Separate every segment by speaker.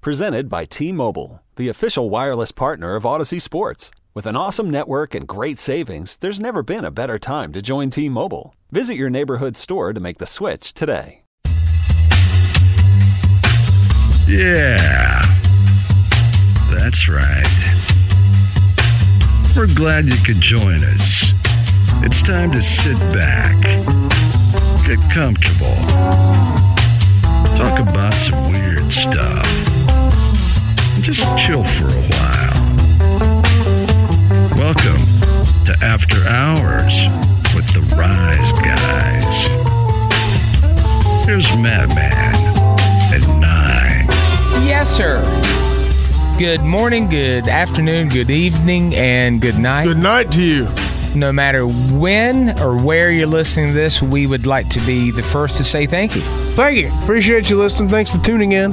Speaker 1: Presented by T Mobile, the official wireless partner of Odyssey Sports. With an awesome network and great savings, there's never been a better time to join T Mobile. Visit your neighborhood store to make the switch today.
Speaker 2: Yeah. That's right. We're glad you could join us. It's time to sit back, get comfortable, talk about some weird stuff, and just chill for a while. Welcome to After Hours with the Rise Guys. Here's Madman at 9.
Speaker 3: Yes, sir. Good morning, good afternoon, good evening, and good night.
Speaker 4: Good night to you.
Speaker 3: No matter when or where you're listening to this, we would like to be the first to say thank you.
Speaker 4: Thank you. Appreciate you listening. Thanks for tuning in.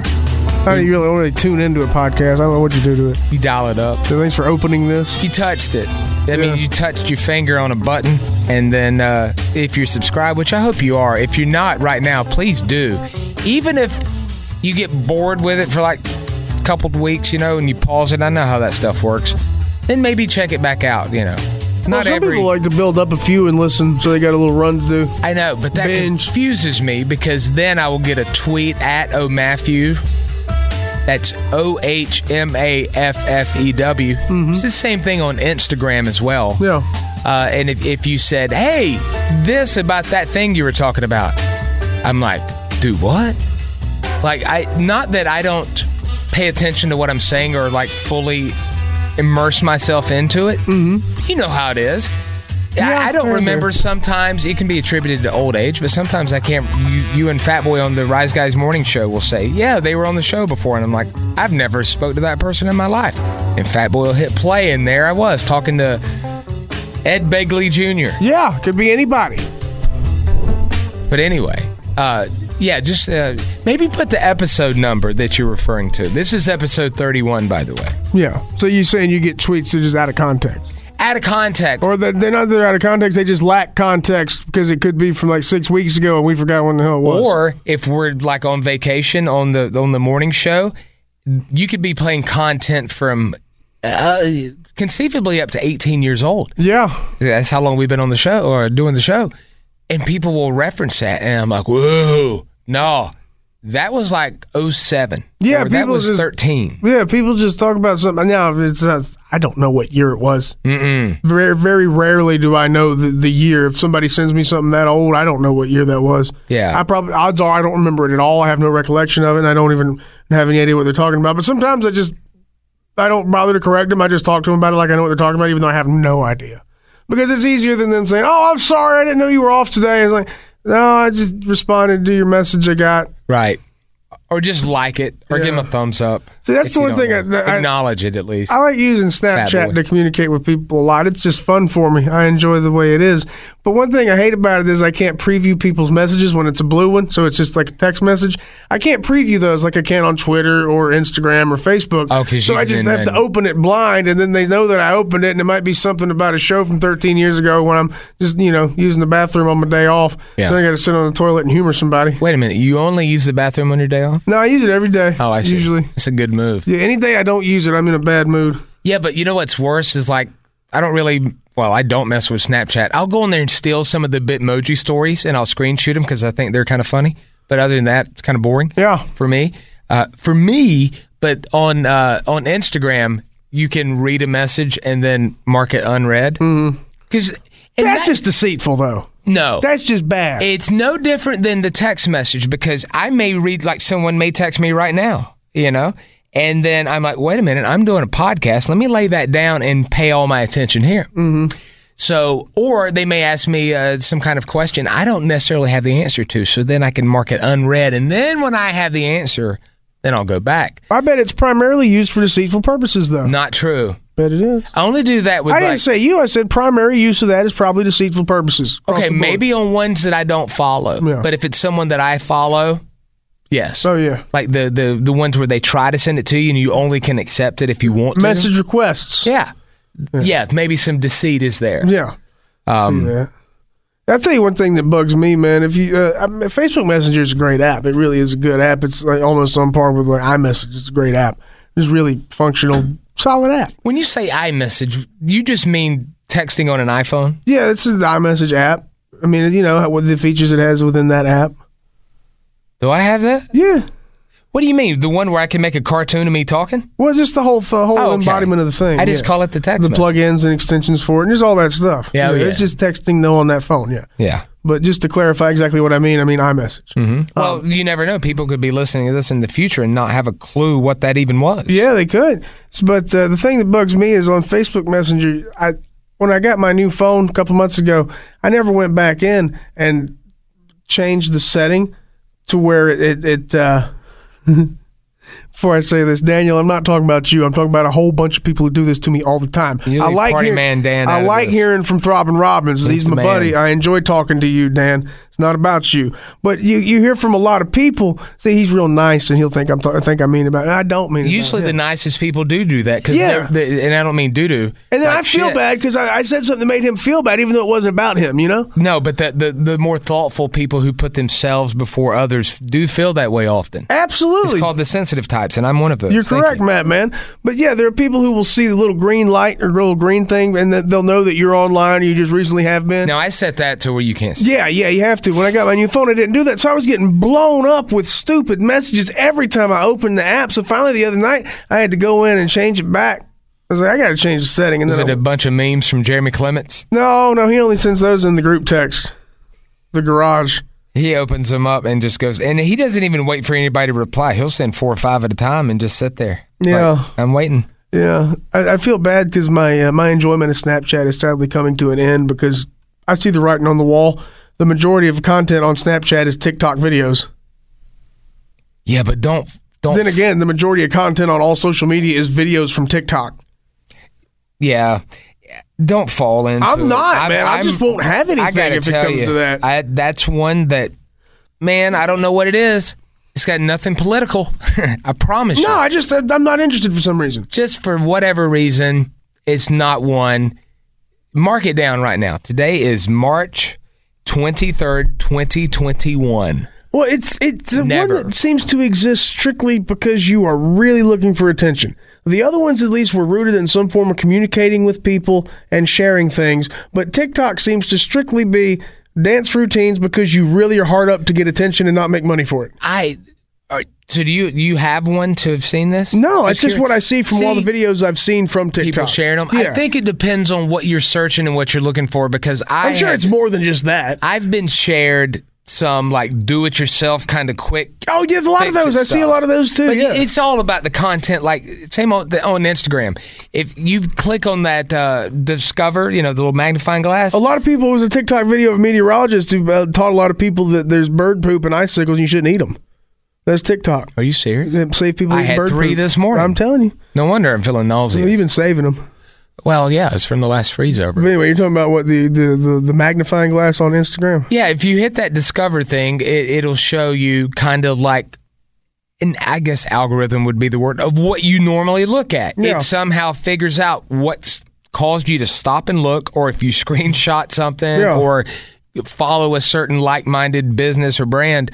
Speaker 4: How do you really want to tune into a podcast? I don't know what you do to it.
Speaker 3: You dial it up.
Speaker 4: So thanks for opening this.
Speaker 3: You touched it. I
Speaker 4: Yeah.
Speaker 3: mean, you touched your finger on a button, and then uh, if you're subscribed, which I hope you are, if you're not right now, please do. Even if you get bored with it for like a couple of weeks, you know, and you pause it, I know how that stuff works. Then maybe check it back out, you know. Not
Speaker 4: well, some
Speaker 3: every.
Speaker 4: people like to build up a few and listen, so they got a little run to do.
Speaker 3: I know, but that
Speaker 4: Binge.
Speaker 3: confuses me because then I will get a tweet at O Matthew. That's O H M A F F E W. It's the same thing on Instagram as well.
Speaker 4: Mm-hmm. Yeah.
Speaker 3: Uh, and if, if you said, hey, this about that thing you were talking about, I'm like, do what? Like, I not that I don't pay attention to what I'm saying or like fully immerse myself into it. Mm-hmm. You know how it is.
Speaker 4: Yeah,
Speaker 3: I, I don't
Speaker 4: I
Speaker 3: remember. Sometimes it can be attributed to old age, but sometimes I can't. You, you and Fatboy on the Rise Guys morning show will say, "Yeah, they were on the show before," and I'm like, "I've never spoke to that person in my life." And Fatboy will hit play, and there I was talking to Ed Begley Jr.
Speaker 4: Yeah. Could be anybody.
Speaker 3: But anyway, uh, yeah, just uh, maybe put the episode number that you're referring to. This is episode 31, by the way.
Speaker 4: Yeah. So you saying you get tweets that are just out of context,
Speaker 3: Out of context.
Speaker 4: or that they're not that they're out of context? They just lack context because it could be from like six weeks ago and we forgot when the hell it was.
Speaker 3: Or if we're like on vacation on the on the morning show, you could be playing content from uh, conceivably up to 18 years old.
Speaker 4: yeah.
Speaker 3: That's how long we've been on the show or doing the show, and people will reference that, and I'm like, whoa, no, that was like 07.
Speaker 4: Yeah,
Speaker 3: or that
Speaker 4: people
Speaker 3: was
Speaker 4: just-
Speaker 3: 13.
Speaker 4: Yeah, people just talk about something. Now, it's not, I don't know what year it was. Mm-mm. Very, very rarely do I know the, the year. If somebody sends me something that old, I don't know what year that was.
Speaker 3: Yeah.
Speaker 4: I probably odds are I don't remember it at all. I have no recollection of it. and I don't even have any idea what they're talking about. But sometimes I just I don't bother to correct them. I just talk to them about it like I know what they're talking about, even though I have no idea. Because it's easier than them saying, "Oh, I'm sorry, I didn't know you were off today." It's like, no, I just responded to your message. I got.
Speaker 3: Right. Or just like it, or give them a thumbs up.
Speaker 4: See, that's
Speaker 3: if
Speaker 4: the
Speaker 3: you
Speaker 4: one
Speaker 3: don't
Speaker 4: thing I-
Speaker 3: know.
Speaker 4: that I-
Speaker 3: acknowledge it at least.
Speaker 4: I like using
Speaker 3: Fat boy.
Speaker 4: Snapchat to communicate with people a lot. It's just fun for me. I enjoy the way it is. But one thing I hate about it is I can't preview people's messages when it's a blue one, so it's just like a text message. I can't preview those like I can on Twitter or Instagram or Facebook.
Speaker 3: Oh, 'cause
Speaker 4: so
Speaker 3: you
Speaker 4: I just
Speaker 3: can
Speaker 4: have to
Speaker 3: then-
Speaker 4: open it blind, and then they know that I opened it, and it might be something about a show from 13 years ago when I'm just you know using the bathroom on my day off.
Speaker 3: Yeah.
Speaker 4: So I got to sit on the toilet and humor somebody.
Speaker 3: Wait a minute. You only use the bathroom on your day off?
Speaker 4: No, I use it every day.
Speaker 3: Oh, I see.
Speaker 4: Usually,
Speaker 3: It's a good move.
Speaker 4: yeah. Any day I don't use it, I'm in a bad mood.
Speaker 3: Yeah, but you know what's worse is like, I don't really, well, I don't mess with Snapchat. I'll go in there and steal some of the Bitmoji stories and I'll screen shoot them because I think they're kind of funny. But other than that, it's kind of boring.
Speaker 4: Yeah.
Speaker 3: for me. Uh, for me, but on uh, on Instagram, you can read a message and then mark it unread. Because
Speaker 4: Mm-hmm. That's just deceitful, though.
Speaker 3: no.
Speaker 4: That's just bad.
Speaker 3: it's no different than the text message because I may read like someone may text me right now, you know, and then I'm like, wait a minute, I'm doing a podcast. Let me lay that down and pay all my attention here. Mm-hmm. So, or they may ask me uh, some kind of question I don't necessarily have the answer to, so then I can mark it unread, and then when I have the answer, Then I'll go back.
Speaker 4: I bet it's primarily used for deceitful purposes, though.
Speaker 3: Not true.
Speaker 4: Bet it is.
Speaker 3: I only do that with
Speaker 4: I
Speaker 3: like-
Speaker 4: didn't say you. I said primary use of that is probably deceitful purposes. across
Speaker 3: Okay,
Speaker 4: the board.
Speaker 3: maybe on ones that I don't follow.
Speaker 4: Yeah.
Speaker 3: But if it's someone that I follow, yes.
Speaker 4: Oh, yeah.
Speaker 3: Like the, the the ones where they try to send it to you and you only can accept it if you want to.
Speaker 4: Message requests.
Speaker 3: Yeah. yeah. maybe some deceit is there. Um,
Speaker 4: Yeah. See that. I'll tell you one thing that bugs me, man. If you uh, I mean, Facebook Messenger is a great app. It really is a good app. It's like almost on par with like iMessage. It's a great app. It's really functional, solid app.
Speaker 3: When you say iMessage, you just mean texting on an iPhone?
Speaker 4: Yeah, this is the iMessage app. I mean, you know what the features it has within that app.
Speaker 3: Do I have that?
Speaker 4: Yeah.
Speaker 3: What do you mean? The one where I can make a cartoon of me talking?
Speaker 4: Well, just the whole the whole
Speaker 3: Oh, okay.
Speaker 4: embodiment of the thing.
Speaker 3: I just
Speaker 4: yeah.
Speaker 3: call it the text
Speaker 4: The
Speaker 3: message.
Speaker 4: plugins and extensions for it, and there's all that stuff.
Speaker 3: Yeah, oh,
Speaker 4: It's
Speaker 3: yeah.
Speaker 4: just texting though on that phone. Yeah.
Speaker 3: Yeah.
Speaker 4: But just to clarify exactly what I mean, I mean iMessage.
Speaker 3: Well, you never know. People could be listening to this in the future and not have a clue what that even was.
Speaker 4: Yeah, they could. S- But uh, the thing that bugs me is on Facebook Messenger. I when I got my new phone a couple months ago, I never went back in and changed the setting to where it. it, it uh, before I say this, Daniel, I'm not talking about you. I'm talking about a whole bunch of people who do this to me all the time.
Speaker 3: You
Speaker 4: I
Speaker 3: leave
Speaker 4: like
Speaker 3: Party
Speaker 4: hear-
Speaker 3: Man Dan out
Speaker 4: I
Speaker 3: of
Speaker 4: like
Speaker 3: this.
Speaker 4: hearing from Throbbing Robbins. He's
Speaker 3: the
Speaker 4: my
Speaker 3: man.
Speaker 4: buddy. I enjoy talking to you, Dan. It's not about you, but you you hear from a lot of people. See, he's real nice, and he'll think I'm ta- think I mean about it. I don't mean it about
Speaker 3: Usually,
Speaker 4: him.
Speaker 3: the nicest people do do that because
Speaker 4: Yeah.
Speaker 3: and I don't mean doo doo.
Speaker 4: And then I feel bad because I, I said something that made him feel bad, even though it wasn't about him. You know?
Speaker 3: No, but the, the the more thoughtful people who put themselves before others do feel that way often. It's
Speaker 4: Absolutely.
Speaker 3: called the sensitive types, and I'm one of those.
Speaker 4: You're
Speaker 3: Thank
Speaker 4: correct,
Speaker 3: you.
Speaker 4: Matt, man. But yeah, there are people who will see the little green light or little green thing, and that they'll know that you're online or you just recently have been.
Speaker 3: Now I set that to where you can't. See.
Speaker 4: Yeah, yeah, you have to. When I got my new phone, I didn't do that. So I was getting blown up with stupid messages every time I opened the app. So finally, the other night, I had to go in and change it back. I was like, I got to change the setting. And
Speaker 3: Is
Speaker 4: then
Speaker 3: it
Speaker 4: I,
Speaker 3: a bunch of memes from Jeremy Clements?
Speaker 4: no, no, he only sends those in the group text, the garage.
Speaker 3: He opens them up and just goes, and he doesn't even wait for anybody to reply. He'll send four or five at a time and just sit there.
Speaker 4: Yeah.
Speaker 3: Like, I'm waiting.
Speaker 4: Yeah, I, I feel bad because my uh, my enjoyment of Snapchat is sadly coming to an end because I see the writing on the wall. The majority of content on Snapchat is TikTok videos.
Speaker 3: Yeah, but don't don't.
Speaker 4: Then again, the majority of content on all social media is videos from TikTok.
Speaker 3: yeah, don't fall into.
Speaker 4: I'm
Speaker 3: it.
Speaker 4: not,
Speaker 3: I'm-
Speaker 4: man. I
Speaker 3: I'm-
Speaker 4: just won't have
Speaker 3: I
Speaker 4: anything
Speaker 3: gotta
Speaker 4: if it
Speaker 3: tell
Speaker 4: comes
Speaker 3: you,
Speaker 4: to that.
Speaker 3: I, that's one that, man, I don't know what it is. It's got nothing political. I promise
Speaker 4: no,
Speaker 3: you.
Speaker 4: I just I'm not interested for some reason.
Speaker 3: Just for whatever reason, it's not one. Mark it down right now. Today is March 23rd, 2021.
Speaker 4: Well, it's it's the
Speaker 3: Never.
Speaker 4: one that seems to exist strictly because you are really looking for attention. The other ones, at least, were rooted in some form of communicating with people and sharing things. But TikTok seems to strictly be dance routines because you really are hard up to get attention and not make money for it.
Speaker 3: I. uh, So do you you have one to have seen this?
Speaker 4: No, it's just
Speaker 3: curious.
Speaker 4: what I see from all the
Speaker 3: See,
Speaker 4: videos I've seen from TikTok.
Speaker 3: People sharing them.
Speaker 4: Yeah.
Speaker 3: I think it depends on what you're searching and what you're looking for because I
Speaker 4: I'm sure
Speaker 3: have-
Speaker 4: it's more than just that.
Speaker 3: I've been shared some like do it yourself kind of quick
Speaker 4: Oh, yeah, a lot of
Speaker 3: fix it
Speaker 4: those. I see a
Speaker 3: stuff.
Speaker 4: lot of those too.
Speaker 3: But
Speaker 4: yeah.
Speaker 3: It's all about the content. Like same on, the, on Instagram. If you click on that uh, discover, you know the little magnifying glass.
Speaker 4: a lot of people, it was a TikTok video of a meteorologist who uh, taught a lot of people that there's bird poop and icicles and you shouldn't eat them. That's TikTok.
Speaker 3: Are you serious?
Speaker 4: That Save people
Speaker 3: I
Speaker 4: eat
Speaker 3: had
Speaker 4: bird
Speaker 3: three
Speaker 4: poop.
Speaker 3: this morning.
Speaker 4: I'm telling you.
Speaker 3: No wonder I'm feeling nauseous.
Speaker 4: We've been saving them.
Speaker 3: well, yeah, it's from the last freeze
Speaker 4: But
Speaker 3: over.
Speaker 4: anyway, you're talking about what the, the, the, the magnifying glass on Instagram.
Speaker 3: Yeah, if you hit that discover thing, it, it'll show you kind of like. And I guess algorithm would be the word of what you normally look at.
Speaker 4: Yeah.
Speaker 3: It somehow figures out what's caused you to stop and look, or if you screenshot something,
Speaker 4: Yeah.
Speaker 3: or follow a certain like-minded business or brand,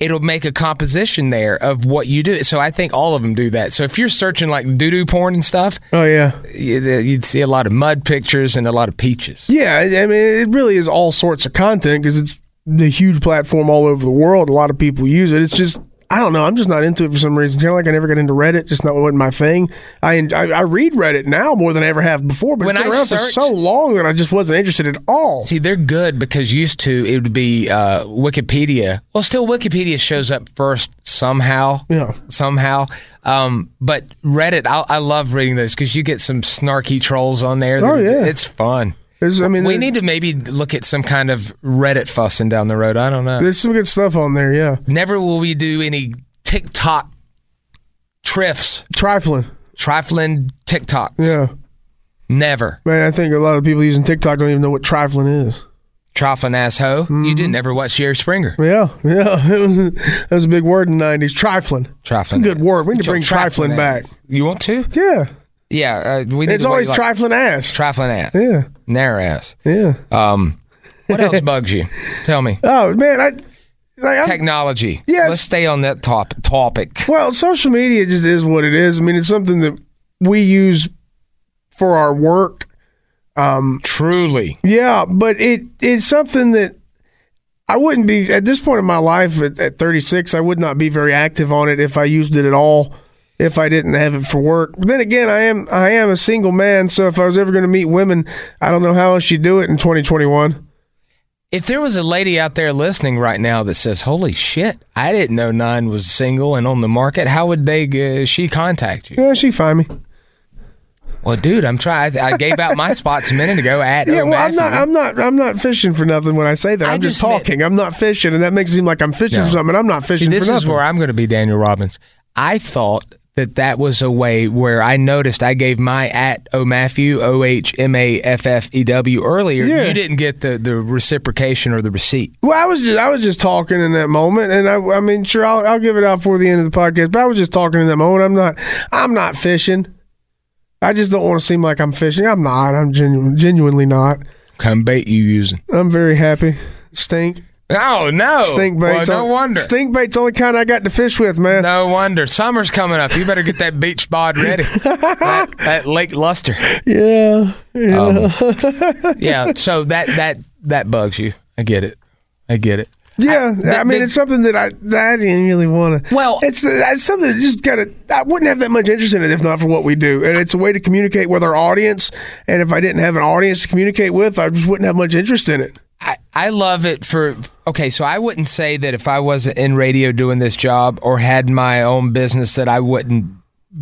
Speaker 3: it'll make a composition there of what you do. So I think all of them do that. So if you're searching like doo-doo porn and stuff,
Speaker 4: Oh, yeah.
Speaker 3: you- you'd see a lot of mud pictures and a lot of peaches.
Speaker 4: Yeah, I I mean, it really is all sorts of content because it's a huge platform all over the world. A lot of people use it. It's just, I don't know. I'm just not into it for some reason. Kind of like I never got into Reddit. Just not wasn't my thing. I, I I read Reddit now more than I ever have before, but
Speaker 3: When
Speaker 4: it's been
Speaker 3: I
Speaker 4: around for
Speaker 3: search-
Speaker 4: so long that I just wasn't interested at all.
Speaker 3: See, they're good because used to it would be uh, Wikipedia. Well, still Wikipedia shows up first somehow.
Speaker 4: Yeah.
Speaker 3: Somehow. Um, but Reddit, I, I love reading those because you get some snarky trolls on there.
Speaker 4: Oh,
Speaker 3: that-
Speaker 4: yeah.
Speaker 3: It's fun.
Speaker 4: There's, I mean,
Speaker 3: We
Speaker 4: there-
Speaker 3: need to maybe look at some kind of Reddit fussing down the road. I don't know.
Speaker 4: there's some good stuff on there. Yeah.
Speaker 3: Never will we do any TikTok Triffs.
Speaker 4: Trifling.
Speaker 3: Trifling TikToks.
Speaker 4: Yeah.
Speaker 3: Never.
Speaker 4: Man, I think a lot of people using TikTok don't even know what trifling is.
Speaker 3: Trifling ass hoe.
Speaker 4: Mm-hmm.
Speaker 3: You didn't ever watch Jerry Springer.
Speaker 4: Yeah, yeah. that was a big word in the 90s. Trifling.
Speaker 3: Trifling.
Speaker 4: It's a good
Speaker 3: ass.
Speaker 4: word. We need to
Speaker 3: Your
Speaker 4: bring trifling back.
Speaker 3: ass. You want to?
Speaker 4: Yeah.
Speaker 3: Yeah. Uh, we need
Speaker 4: It's
Speaker 3: to
Speaker 4: always
Speaker 3: like,
Speaker 4: trifling ass.
Speaker 3: trifling ass.
Speaker 4: Yeah.
Speaker 3: Narrow ass.
Speaker 4: Yeah.
Speaker 3: Um, what else bugs you? Tell me.
Speaker 4: Oh, man. I, like, I'm-
Speaker 3: Technology.
Speaker 4: Um, Yes.
Speaker 3: Let's stay on that top topic.
Speaker 4: Well, social media just is what it is. I mean, it's something that we use for our work.
Speaker 3: Truly.
Speaker 4: Yeah, but it it's something that I wouldn't be at this point in my life at, at 36. I would not be very active on it if I used it at all. If I didn't have it for work, but then again, I am I am a single man. So if I was ever going to meet women, I don't know how else you do it in 2021.
Speaker 3: If there was a lady out there listening right now that says, "Holy shit, I didn't know Nine was single and on the market," how would they uh, she contact you?
Speaker 4: Yeah, she find me.
Speaker 3: Well, dude, I'm trying. I gave out my spots a minute ago at
Speaker 4: Yeah,
Speaker 3: O
Speaker 4: well, I'm not,
Speaker 3: Matthew.
Speaker 4: I'm not, I'm not fishing for nothing when I say that.
Speaker 3: I
Speaker 4: I'm just,
Speaker 3: just meant-
Speaker 4: talking. I'm not fishing, and that makes it seem like I'm fishing
Speaker 3: No.
Speaker 4: for something. I'm not fishing
Speaker 3: See, this
Speaker 4: for
Speaker 3: is
Speaker 4: nothing.
Speaker 3: where I'm going to be Daniel Robbins. I thought that that was a way where I noticed I gave my at O Matthew O H M A F F E W earlier.
Speaker 4: Yeah.
Speaker 3: You didn't get the the reciprocation or the receipt.
Speaker 4: Well, I was just I was just talking in that moment, and I, I mean, sure, I'll, I'll give it out for the end of the podcast. But I was just talking in that moment. I'm not I'm not fishing. I just don't want to seem like I'm fishing. I'm not. I'm genuine, genuinely not.
Speaker 3: Come bait you using.
Speaker 4: I'm very happy. Stink,
Speaker 3: Oh no!
Speaker 4: stink
Speaker 3: Well,
Speaker 4: baits.
Speaker 3: no
Speaker 4: on-
Speaker 3: wonder.
Speaker 4: Stink baits the only kind I got to fish with, man.
Speaker 3: No wonder. Summer's coming up. You better get that beach bod ready. that, that Lake Luster.
Speaker 4: Yeah, yeah.
Speaker 3: Um, Yeah. So that that that bugs you. I get it. I get it.
Speaker 4: Yeah, I,
Speaker 3: that-
Speaker 4: mean,
Speaker 3: that-
Speaker 4: it's something that I that I didn't really want to.
Speaker 3: Well-
Speaker 4: it's, it's something that just got to. I wouldn't have that much interest in it if not for what we do, and it's a way to communicate with our audience. And if I didn't have an audience to communicate with, I just wouldn't have much interest in it.
Speaker 3: I, I love it for okay so i wouldn't say that if i wasn't in radio doing this job or had my own business that i wouldn't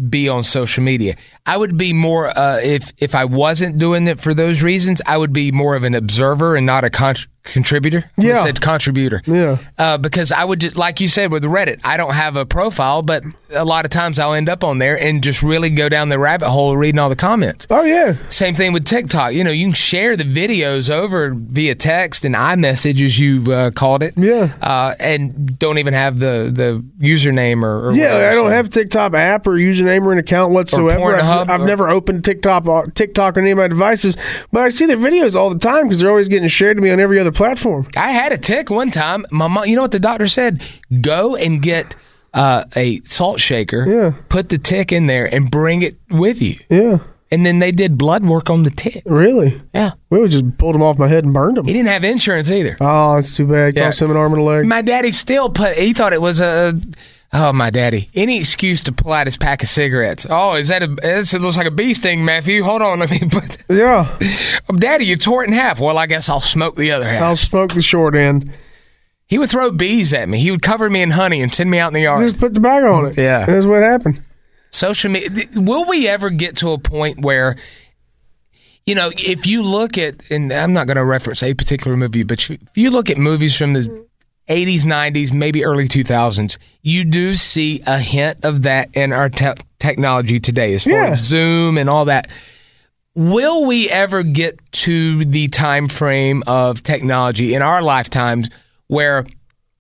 Speaker 3: be on social media i would be more uh, if if i wasn't doing it for those reasons i would be more of an observer and not a con- contributor I
Speaker 4: Yeah.
Speaker 3: said contributor
Speaker 4: Yeah.
Speaker 3: uh, because i would just like you said with reddit i don't have a profile but a lot of times i'll end up on there and just really go down the rabbit hole reading all the comments
Speaker 4: Oh yeah,
Speaker 3: same thing with TikTok. You know, you can share the videos over via text and iMessage, as you uh, called it.
Speaker 4: Yeah.
Speaker 3: Uh, and don't even have the, the username or, or whatever,
Speaker 4: yeah. I
Speaker 3: so-
Speaker 4: don't have TikTok app or username or an account whatsoever.
Speaker 3: Pornhub
Speaker 4: I've, I've
Speaker 3: or-
Speaker 4: never opened TikTok or- TikTok on any of my devices, but I see their videos all the time because they're always getting shared to me on every other platform.
Speaker 3: I had a tick one time. My mom, you know what the doctor said? Go and get uh, a salt shaker.
Speaker 4: Yeah.
Speaker 3: Put the tick in there and bring it with you.
Speaker 4: Yeah,
Speaker 3: And then they did blood work on the tick.
Speaker 4: really.
Speaker 3: Yeah.
Speaker 4: We would just pulled them off my head and burned them.
Speaker 3: He didn't have insurance either.
Speaker 4: Oh, that's too bad.
Speaker 3: Yeah.
Speaker 4: Cost him an arm and a leg.
Speaker 3: My daddy still put. He thought it was a. Oh, my daddy! Any excuse to pull out his pack of cigarettes. Oh, is that a? This looks like a bee sting, Matthew. Hold on, let me put.
Speaker 4: Yeah.
Speaker 3: Daddy, you tore it in half. Well, I guess I'll smoke the other half.
Speaker 4: I'll smoke the short end.
Speaker 3: he would throw bees at me. He would cover me in honey and send me out in the yard.
Speaker 4: Just put the bag on it.
Speaker 3: Yeah.
Speaker 4: That's what happened.
Speaker 3: social media will we ever get to a point where you know if you look at and i'm not going to reference a particular movie but if you look at movies from the 80s 90s maybe early 2000s you do see a hint of that in our te- technology today as far
Speaker 4: Yeah.
Speaker 3: as zoom and all that will we ever get to the time frame of technology in our lifetimes where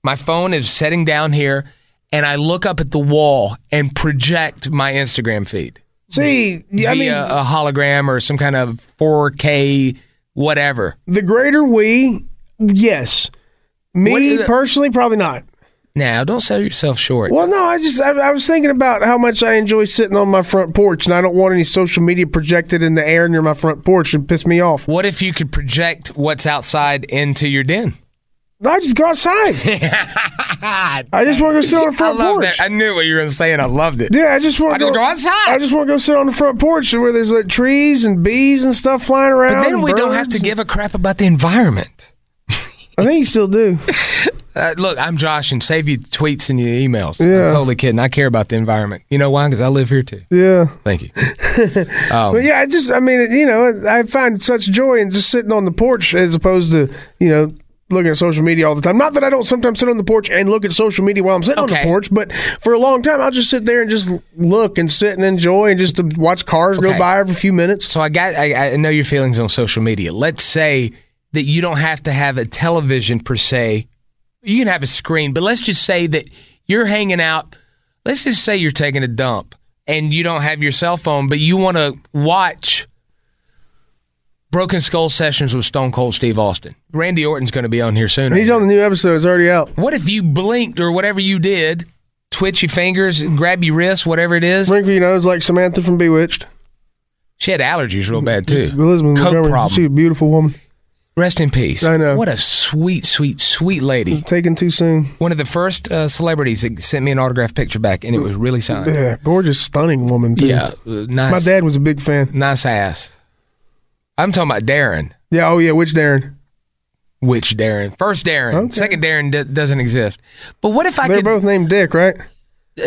Speaker 3: my phone is setting down here and I look up at the wall and project my Instagram feed
Speaker 4: See, yeah, I mean,
Speaker 3: via a hologram or some kind of 4K whatever.
Speaker 4: the greater we, yes.
Speaker 3: What
Speaker 4: Me
Speaker 3: is it-
Speaker 4: personally, probably not.
Speaker 3: Now, don't sell yourself short.
Speaker 4: Well, no, I just, I, I was thinking about how much I enjoy sitting on my front porch, and I don't want any social media projected in the air near my front porch and piss me off.
Speaker 3: What if you could project what's outside into your den?
Speaker 4: I just go outside. I just want to go sit on the
Speaker 3: I
Speaker 4: front
Speaker 3: love
Speaker 4: porch.
Speaker 3: that. I knew what you were going to say and I loved it.
Speaker 4: Yeah, I just want
Speaker 3: I just go outside.
Speaker 4: I just want to go sit on the front porch where there's like trees and bees and stuff flying around.
Speaker 3: But then
Speaker 4: and
Speaker 3: we don't have
Speaker 4: birds.
Speaker 3: to give a crap about the environment.
Speaker 4: I think you still do.
Speaker 3: Uh, look, I'm Josh, and save your tweets and your emails.
Speaker 4: Yeah.
Speaker 3: I'm totally kidding. I care about the environment. You know why? Because I live here too.
Speaker 4: Yeah.
Speaker 3: Thank you. Oh,
Speaker 4: But yeah, I just, I mean, you know, I find such joy in just sitting on the porch as opposed to, you know, looking at social media all the time. Not that I don't sometimes sit on the porch and look at social media while I'm sitting on
Speaker 3: Okay.
Speaker 4: the porch, but for a long time I'll just sit there and just look and sit and enjoy and just to watch cars
Speaker 3: Okay.
Speaker 4: go by every few minutes.
Speaker 3: So I got I, I know your feelings on social media. Let's say that you don't have to have a television per se. You can have a screen, but let's just say that you're hanging out. Let's just say you're taking a dump and you don't have your cell phone, but you want to watch Broken Skull Sessions with Stone Cold Steve Austin. Randy Orton's going to be on here soon.
Speaker 4: And he's on the new episode; it's already out.
Speaker 3: What if you blinked or whatever you did, twitch your fingers, grab your wrist, whatever it is?
Speaker 4: Wrinkle your nose like Samantha from Bewitched.
Speaker 3: She had allergies real bad too.
Speaker 4: Elizabeth
Speaker 3: Coke
Speaker 4: Montgomery, she's a
Speaker 3: problem.
Speaker 4: beautiful woman.
Speaker 3: Rest in peace.
Speaker 4: I know.
Speaker 3: What a sweet, sweet, sweet lady.
Speaker 4: Taken too soon.
Speaker 3: One of the first uh, celebrities that sent me an autographed picture back, and it was really signed.
Speaker 4: Yeah, gorgeous, stunning woman. Too.
Speaker 3: Uh, Yeah, uh, nice.
Speaker 4: my dad was a big fan.
Speaker 3: Nice ass. I'm talking about Darren.
Speaker 4: Yeah, oh yeah, which Darren?
Speaker 3: Which Darren? First Darren.
Speaker 4: Okay.
Speaker 3: Second Darren d- doesn't exist. But what if I
Speaker 4: They're
Speaker 3: could
Speaker 4: both named Dick, right?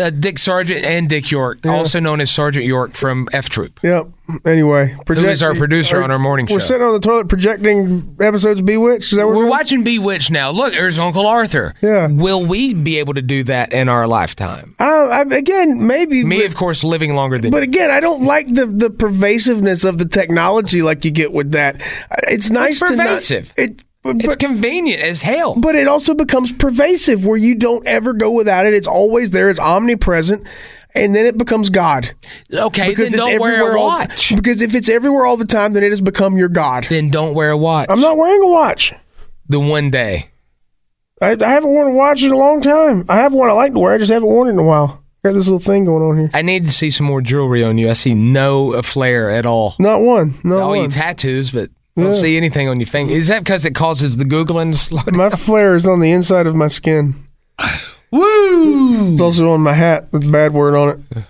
Speaker 3: uh, Dick Sargent and Dick York, also known as Sergeant York from F Troop?
Speaker 4: Yep. Anyway,
Speaker 3: Who is
Speaker 4: project-
Speaker 3: our producer on our morning show?
Speaker 4: We're sitting on the toilet projecting episodes of Bewitched. Is that what
Speaker 3: We're
Speaker 4: doing?
Speaker 3: watching Bewitched now. Look, there's Uncle Arthur.
Speaker 4: Yeah.
Speaker 3: Will we be able to do that in our lifetime?
Speaker 4: Uh, I, again, maybe.
Speaker 3: Me,
Speaker 4: but,
Speaker 3: of course, living longer than
Speaker 4: but again, I don't like the, the pervasiveness of the technology like you get with that. I- It's nice to not-
Speaker 3: pervasive.
Speaker 4: it, but,
Speaker 3: It's
Speaker 4: but,
Speaker 3: convenient as hell.
Speaker 4: but it also becomes pervasive where you don't ever go without it. It's always there. It's omnipresent. And then it becomes God.
Speaker 3: okay, then don't wear a
Speaker 4: all-
Speaker 3: watch.
Speaker 4: because if it's everywhere all the time, then it has become your God.
Speaker 3: Then don't wear a watch.
Speaker 4: I'm not wearing a watch.
Speaker 3: the one day.
Speaker 4: I, I haven't worn a watch in a long time. I have one I like to wear. I just haven't worn it in a while. Got this little thing going on here.
Speaker 3: I need to see some more jewelry on you. I see no uh, flair at all.
Speaker 4: Not one. Not
Speaker 3: all
Speaker 4: one.
Speaker 3: you tattoos, but don't
Speaker 4: Yeah.
Speaker 3: see anything on your finger. Is that because it causes the googling to slow down?
Speaker 4: my flare is on the inside of my skin.
Speaker 3: Woo!
Speaker 4: It's also on my hat with bad word on it.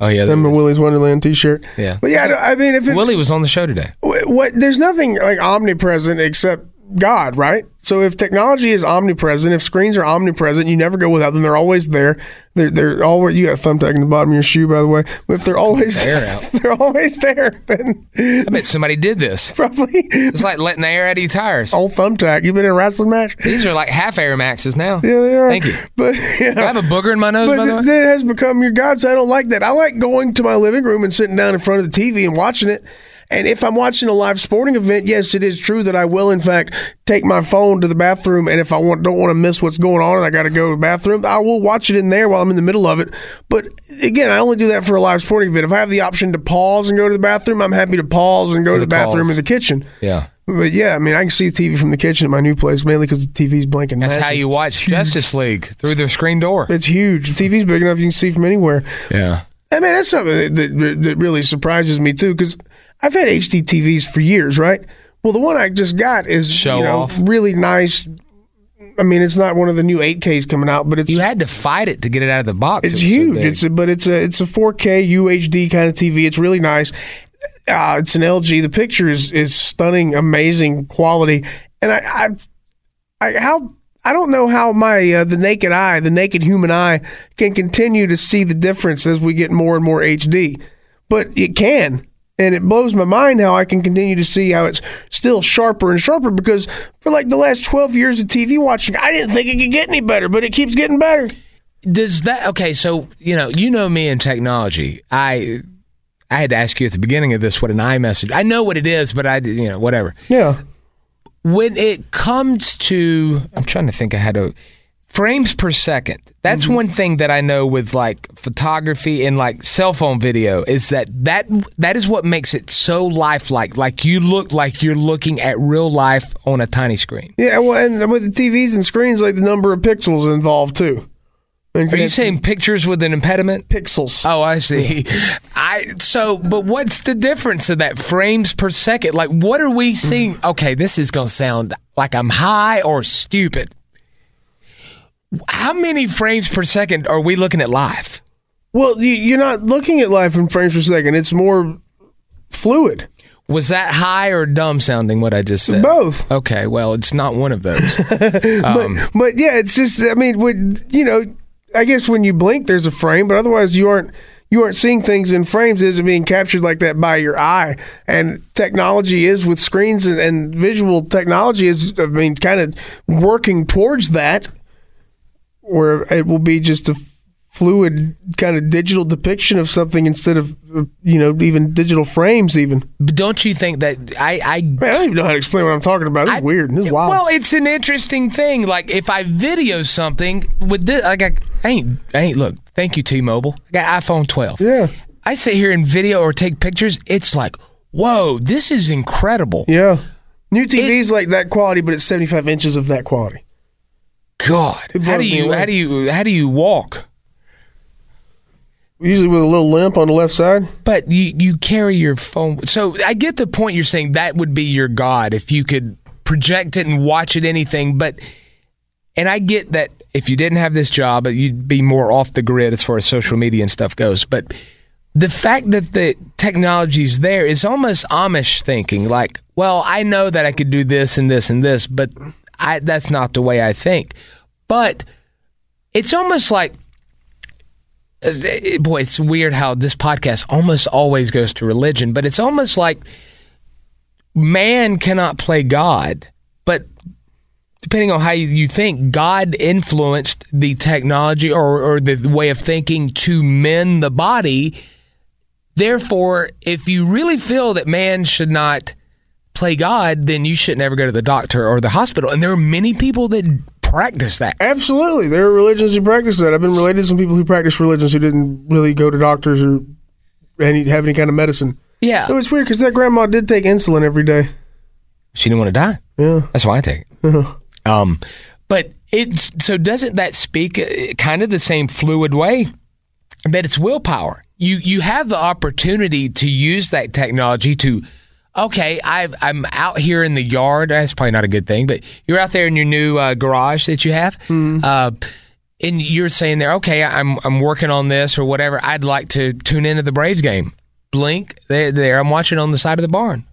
Speaker 3: Oh yeah, there
Speaker 4: And my
Speaker 3: it is.
Speaker 4: Willie's Wonderland T-shirt.
Speaker 3: Yeah.
Speaker 4: But yeah, I don't- I mean, if it,
Speaker 3: Willie was on the show today.
Speaker 4: wh- what there's nothing like omnipresent except God, right? So if technology is omnipresent, if screens are omnipresent, you never go without them. They're always there. They're they're always. You got a thumbtack in the bottom of your shoe, by the way. But if they're always
Speaker 3: Air out.
Speaker 4: they're always there, then
Speaker 3: I bet somebody did this.
Speaker 4: probably
Speaker 3: It's like letting the air out of your tires.
Speaker 4: old thumbtack. You've been in a wrestling match.
Speaker 3: These are like half Air Maxes now.
Speaker 4: Yeah, they are.
Speaker 3: Thank you.
Speaker 4: But yeah.
Speaker 3: Do I have a booger in my nose,
Speaker 4: But
Speaker 3: by the
Speaker 4: th-
Speaker 3: way?
Speaker 4: then it has become your god. So I don't like that. I like going to my living room and sitting down in front of the TV and watching it. And if I'm watching a live sporting event, yes, it is true that I will, in fact, take my phone to the bathroom. And if I want, don't want to miss what's going on and I got to go to the bathroom, I will watch it in there while I'm in the middle of it. But again, I only do that for a live sporting event. If I have the option to pause and go to the bathroom, I'm happy to pause and go to the,
Speaker 3: the
Speaker 4: bathroom
Speaker 3: calls.
Speaker 4: in the kitchen.
Speaker 3: Yeah.
Speaker 4: But yeah, I mean, I can see TV from the kitchen at my new place mainly because the TV's blinking.
Speaker 3: That's how
Speaker 4: massive.
Speaker 3: you watch Justice League through the screen door.
Speaker 4: It's huge. The TV's big enough you can see from anywhere.
Speaker 3: Yeah.
Speaker 4: I mean, that's something that, that, that really surprises me too, because I've had HDTVs for years, right? Well, the one I just got is
Speaker 3: Show
Speaker 4: you know,
Speaker 3: off.
Speaker 4: really nice. I mean, it's not one of the new 8Ks coming out, but it's
Speaker 3: You had to fight it to get it out of the box.
Speaker 4: it's
Speaker 3: It was so
Speaker 4: huge.
Speaker 3: big.
Speaker 4: it's a, but it's a it's a 4K UHD kind of TV. It's really nice. Uh, it's an LG. The picture is is stunning, amazing quality. And I, I, I how I don't know how my uh, the naked eye, the naked human eye, can continue to see the difference as we get more and more HD. But it can. And it blows my mind how I can continue to see how it's still sharper and sharper because for like the last 12 years of TV watching, I didn't think it could get any better, but it keeps getting better.
Speaker 3: Does that okay? So you know, you know me in technology. I I had to ask you at the beginning of this what an iMessage. I know what it is, but I did- you know whatever.
Speaker 4: Yeah.
Speaker 3: When it comes to, I'm trying to think. I had a frames per second. That's one thing that I know with like photography and like cell phone video is that that that is what makes it so lifelike. Like you look like you're looking at real life on a tiny screen.
Speaker 4: Yeah, well, and with the TVs and screens, like the number of pixels involved too. And
Speaker 3: Are you
Speaker 4: that's
Speaker 3: saying pictures with an impediment?
Speaker 4: pixels?
Speaker 3: Oh, I see. I so, but what's the difference of that frames per second? Like, what are we seeing?
Speaker 4: Mm.
Speaker 3: Okay, this is gonna sound like I'm high or stupid. How many frames per second are we looking at live?
Speaker 4: well, you, you're not looking at life in frames per second. It's more fluid.
Speaker 3: Was that high or dumb sounding? What I just said.
Speaker 4: Both.
Speaker 3: Okay, well, it's not one of those.
Speaker 4: But yeah, it's just. I mean, with you know, I guess when you blink, there's a frame, but otherwise you aren't. you aren't seeing things in frames isn't being captured like that by your eye. And technology is with screens and, and visual technology is, I mean, kind of working towards that, where it will be just a fluid kind of digital depiction of something instead of uh, you know even digital frames even
Speaker 3: But don't you think that I, I
Speaker 4: man i don't even know how to explain what i'm talking about this is weird this is wild
Speaker 3: Well, it's an interesting thing. Like if I video something with this, like I, I ain't, I ain't. Look, thank you, T-Mobile. I got iPhone 12.
Speaker 4: Yeah.
Speaker 3: I sit here and video or take pictures. It's like, whoa, this is incredible.
Speaker 4: yeah new tvs like that quality but it's 75 inches of that quality
Speaker 3: God,
Speaker 4: It
Speaker 3: how
Speaker 4: blows
Speaker 3: do
Speaker 4: me
Speaker 3: you,
Speaker 4: away.
Speaker 3: how do you, how do you walk?
Speaker 4: usually with a little limp on the left side
Speaker 3: But you, you carry your phone. So I get the point you're saying. That would be your god if you could project it and watch it anything. But and I get that if you didn't have this job, you'd be more off the grid as far as social media and stuff goes. But the fact that the technology's there is almost Amish thinking. Like, well, I know that I could do this and this and this, but I, that's not the way I think. But it's almost like boy, it's weird how this podcast almost always goes to religion, but it's almost like man cannot play God, but depending on how you, you think, God influenced the technology or, or the way of thinking to mend the body. Therefore, if you really feel that man should not play God, then you should never go to the doctor or the hospital. And there are many people that practice that.
Speaker 4: absolutely there are religions who practice that i've been related to some people who practice religions who didn't really go to doctors or any have any kind of medicine
Speaker 3: Yeah.
Speaker 4: Though it's weird because that grandma did take insulin every day
Speaker 3: She didn't want to die.
Speaker 4: yeah
Speaker 3: That's why I take it. Um, but it's so doesn't that speak uh, kind of the same fluid way that it's willpower? You you have the opportunity to use that technology to. Okay, I've, I'm out here in the yard. That's probably not a good thing, but you're out there in your new uh, garage that you have, uh, and you're saying there, okay, I'm I'm working on this or whatever. I'd like to tune into the Braves game. Blink, there, there. I'm watching on the side of the barn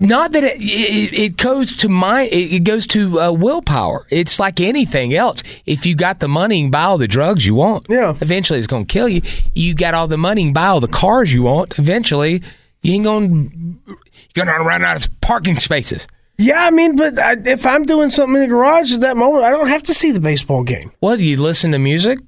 Speaker 3: not that it, it, it goes to mind it, it goes to uh, willpower it's like anything else if you got the money and buy all the drugs you want
Speaker 4: Yeah.
Speaker 3: eventually it's going to kill you you got all the money and buy all the cars you want eventually you ain't going to you're going to run out of parking spaces
Speaker 4: yeah i mean but I, if i'm doing something in the garage at that moment i don't have to see the baseball game
Speaker 3: well you listen to music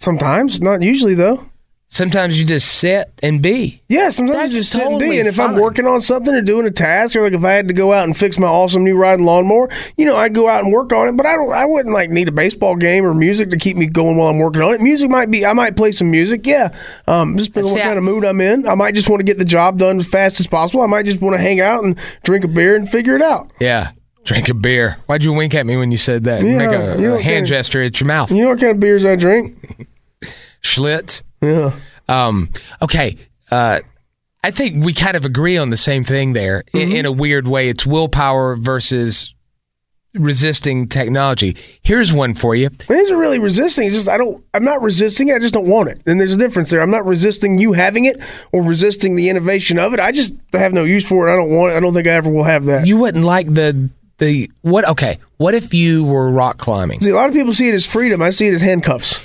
Speaker 4: Sometimes, not usually though.
Speaker 3: sometimes you just sit and be
Speaker 4: Yeah, sometimes
Speaker 3: That's
Speaker 4: you just sit and
Speaker 3: totally
Speaker 4: be. And if
Speaker 3: fine.
Speaker 4: I'm working on something or doing a task, or like if I had to go out and fix my awesome new riding lawnmower, you know, I'd go out and work on it. But I don't, I wouldn't like need a baseball game or music to keep me going while I'm working on it. Music might be, I might play some music. Yeah, um, just depending on
Speaker 3: See,
Speaker 4: what
Speaker 3: I-
Speaker 4: kind of mood I'm in. I might just want to get the job done as fast as possible. I might just want to hang out and drink a beer and figure it out.
Speaker 3: yeah drink a beer why'd you wink at me when you said that
Speaker 4: Yeah,
Speaker 3: make
Speaker 4: you
Speaker 3: a, a
Speaker 4: don't
Speaker 3: hand
Speaker 4: think-
Speaker 3: gesture at your mouth
Speaker 4: You know what kind of beers I drink?
Speaker 3: schlitz
Speaker 4: Yeah,
Speaker 3: Um, okay. Uh, I think we kind of agree on the same thing there I- in, a weird way. It's willpower versus resisting technology. Here's one for you.
Speaker 4: it isn't really resisting. It's just I don't. I'm not resisting. it. I just don't want it. And there's a difference there. I'm not resisting you having it or resisting the innovation of it. I just have no use for it. I don't want it. I don't think I ever will have that.
Speaker 3: You wouldn't like the the what? Okay. What if you were rock climbing?
Speaker 4: See, a lot of people see it as freedom. I see it as handcuffs.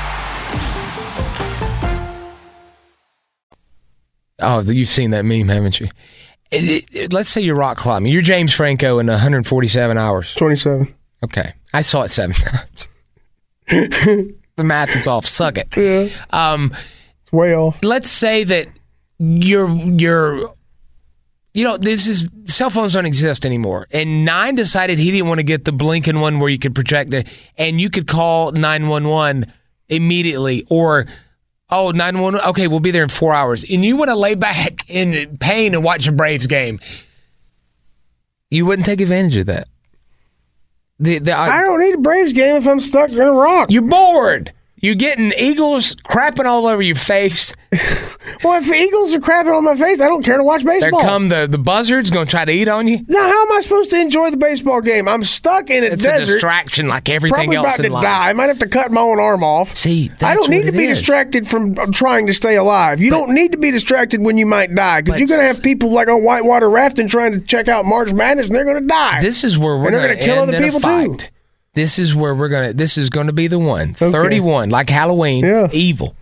Speaker 3: Oh, you've seen that meme, haven't you? It- it- it- let's say you're rock climbing. You're James Franco in 147 hours.
Speaker 4: Twenty-seven.
Speaker 3: Okay. I saw it seven times. the math is off. Suck it. Um,
Speaker 4: It's way off.
Speaker 3: let's say that your your you know this is cell phones don't exist anymore and nine decided he didn't want to get the blinking one where you could project it and you could call 911 immediately or oh 911 okay we'll be there in four hours and you want to lay back in pain and watch a braves game you wouldn't take advantage of that the, the,
Speaker 4: I don't need a Braves game if I'm stuck in a rock.
Speaker 3: you're bored you're getting eagles crapping all over your face
Speaker 4: Well, if the Eagles are crapping on my face, I don't care to watch
Speaker 3: There
Speaker 4: baseball.
Speaker 3: come the the buzzards gonna try to eat on you.
Speaker 4: now, how am I supposed to enjoy the baseball game? I'm stuck in a
Speaker 3: It's a
Speaker 4: desert.
Speaker 3: distraction like everything
Speaker 4: probably
Speaker 3: else
Speaker 4: about to
Speaker 3: in life.
Speaker 4: die. I might have to cut my own arm off.
Speaker 3: See,
Speaker 4: I
Speaker 3: that's
Speaker 4: don't need
Speaker 3: what
Speaker 4: to
Speaker 3: it
Speaker 4: be
Speaker 3: is.
Speaker 4: distracted from uh, trying to stay alive. You don't need to be distracted when you might die because
Speaker 3: But
Speaker 4: you're going to
Speaker 3: s-
Speaker 4: have people like on whitewater rafting trying to check out March Madness and they're going to die.
Speaker 3: This is where we're
Speaker 4: And they're
Speaker 3: gonna,
Speaker 4: gonna kill
Speaker 3: end
Speaker 4: other
Speaker 3: in a
Speaker 4: people, too.
Speaker 3: fight. This is where we're gonna. This is gonna be the one.
Speaker 4: Okay.
Speaker 3: Thirty-one, like Halloween.
Speaker 4: Yeah.
Speaker 3: Evil.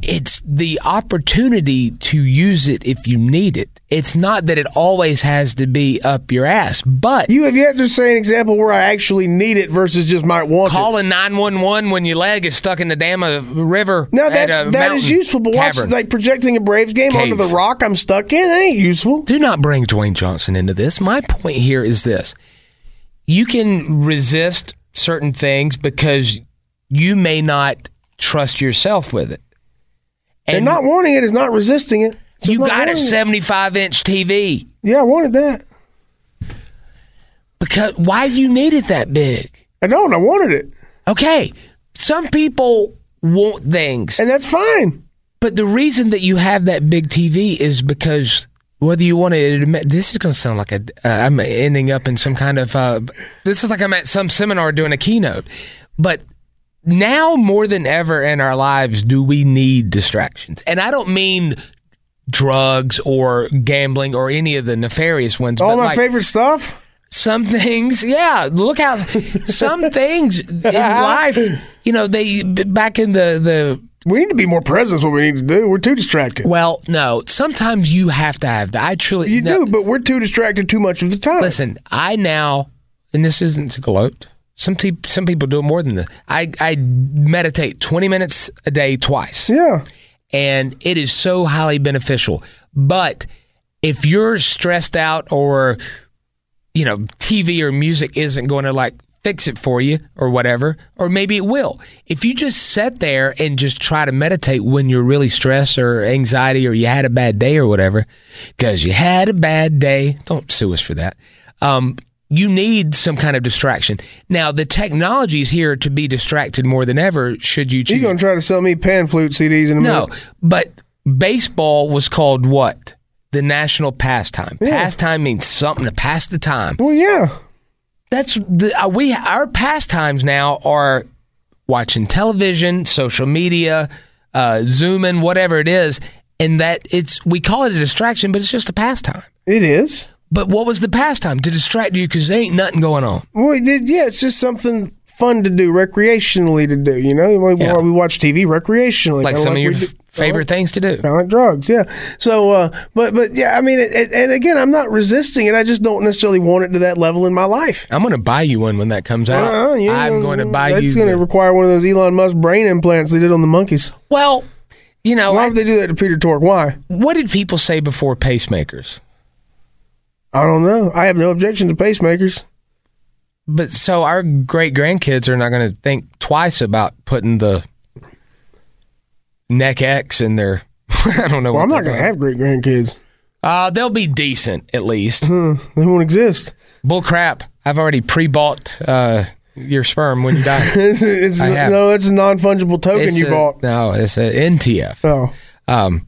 Speaker 3: It's the opportunity to use it if you need it. It's not that it always has to be up your ass, but
Speaker 4: you have yet to say an example where I actually need it versus just might want it.
Speaker 3: calling nine one one when your leg is stuck in the damn uh, river.
Speaker 4: Now
Speaker 3: at
Speaker 4: that's
Speaker 3: a
Speaker 4: that is
Speaker 3: mountain
Speaker 4: useful, but watch
Speaker 3: cavern.
Speaker 4: like projecting a Braves game onto
Speaker 3: Cave.
Speaker 4: the rock I'm stuck in. That ain't useful.
Speaker 3: Do not bring Dwayne Johnson into this. My point here is this you can resist certain things because you may not trust yourself with it.
Speaker 4: And, not wanting it is not resisting it. It's just
Speaker 3: you
Speaker 4: not
Speaker 3: got a
Speaker 4: wanting it.
Speaker 3: 75 inch TV
Speaker 4: Yeah, I wanted that.
Speaker 3: because why you need it that big?
Speaker 4: I don't. I wanted it,
Speaker 3: Okay. Some people want things,
Speaker 4: and that's fine.
Speaker 3: but the reason that you have that big TV is because. Whether you want to admit, this is going to sound like a, uh, I'm ending up in some kind of, uh, this is like I'm at some seminar doing a keynote. But now more than ever in our lives do we need distractions. And I don't mean drugs or gambling or any of the nefarious ones.
Speaker 4: All
Speaker 3: but
Speaker 4: my
Speaker 3: like
Speaker 4: favorite stuff.
Speaker 3: some things, yeah, look how some things in life, you know, they back in the, the
Speaker 4: We need to be more present. Is what we need to do. We're too distracted.
Speaker 3: Well, no. Sometimes you have to have that. I truly
Speaker 4: you
Speaker 3: no,
Speaker 4: do, but we're too distracted too much of the time.
Speaker 3: Listen, I now, and this isn't to gloat. Some te- some people do it more than this. I I meditate twenty minutes a day twice,
Speaker 4: Yeah.
Speaker 3: and it is so highly beneficial. But if you're stressed out or you know TV or music isn't going to like fix it for you or whatever, or maybe it will. If you just sit there and just try to meditate when you're really stressed or anxiety or you had a bad day or whatever, because you had a bad day, don't sue us for that. Um, you need some kind of distraction. Now the technology is here to be distracted more than ever. Should you choose?
Speaker 4: You're gonna try to sell me pan flute CDs in a
Speaker 3: No,
Speaker 4: minute.
Speaker 3: but baseball was called what? The national pastime. Pastime means something to pass the time.
Speaker 4: Well, yeah.
Speaker 3: That's the, uh, we our pastimes now are watching television, social media, uh, Zooming, whatever it is, and that it's we call it a distraction, but it's just a pastime.
Speaker 4: It is.
Speaker 3: But what was the pastime to distract you? Because there ain't nothing going on.
Speaker 4: Well, it did, yeah, it's just something fun to do, recreationally to do. You know, like,
Speaker 3: Yeah.
Speaker 4: we watch TV recreationally,
Speaker 3: Like
Speaker 4: kinda
Speaker 3: some of your
Speaker 4: we do- Uh-huh.
Speaker 3: f- favorite things to do.
Speaker 4: kinda like drugs. Yeah. So, uh, but but yeah, I mean, it, it, and again, I'm not resisting it. I just don't necessarily want it to that level in my life.
Speaker 3: I'm going to buy you one when that comes out.
Speaker 4: Uh-uh, yeah,
Speaker 3: I'm going to buy
Speaker 4: that's
Speaker 3: you.
Speaker 4: going
Speaker 3: the-
Speaker 4: to require one of those Elon Musk brain implants they did on the monkeys.
Speaker 3: well, you know,
Speaker 4: Why
Speaker 3: Oh, I-
Speaker 4: would they do that to Peter Tork? Why?
Speaker 3: What did people say before pacemakers?
Speaker 4: I don't know. I have no objection to pacemakers.
Speaker 3: But so our great grandkids are not going to think twice about putting the neck X in their. I don't know.
Speaker 4: Well,
Speaker 3: what
Speaker 4: I'm not
Speaker 3: they're
Speaker 4: going to have great grandkids.
Speaker 3: Uh, they'll be decent at least.
Speaker 4: They won't exist.
Speaker 3: Bull crap! I've already pre-bought uh, your sperm when you die.
Speaker 4: It's, it's,
Speaker 3: I have.
Speaker 4: no, it's a non fungible token
Speaker 3: It's
Speaker 4: you
Speaker 3: a-
Speaker 4: bought.
Speaker 3: No, it's an NTF.
Speaker 4: Oh.
Speaker 3: Um,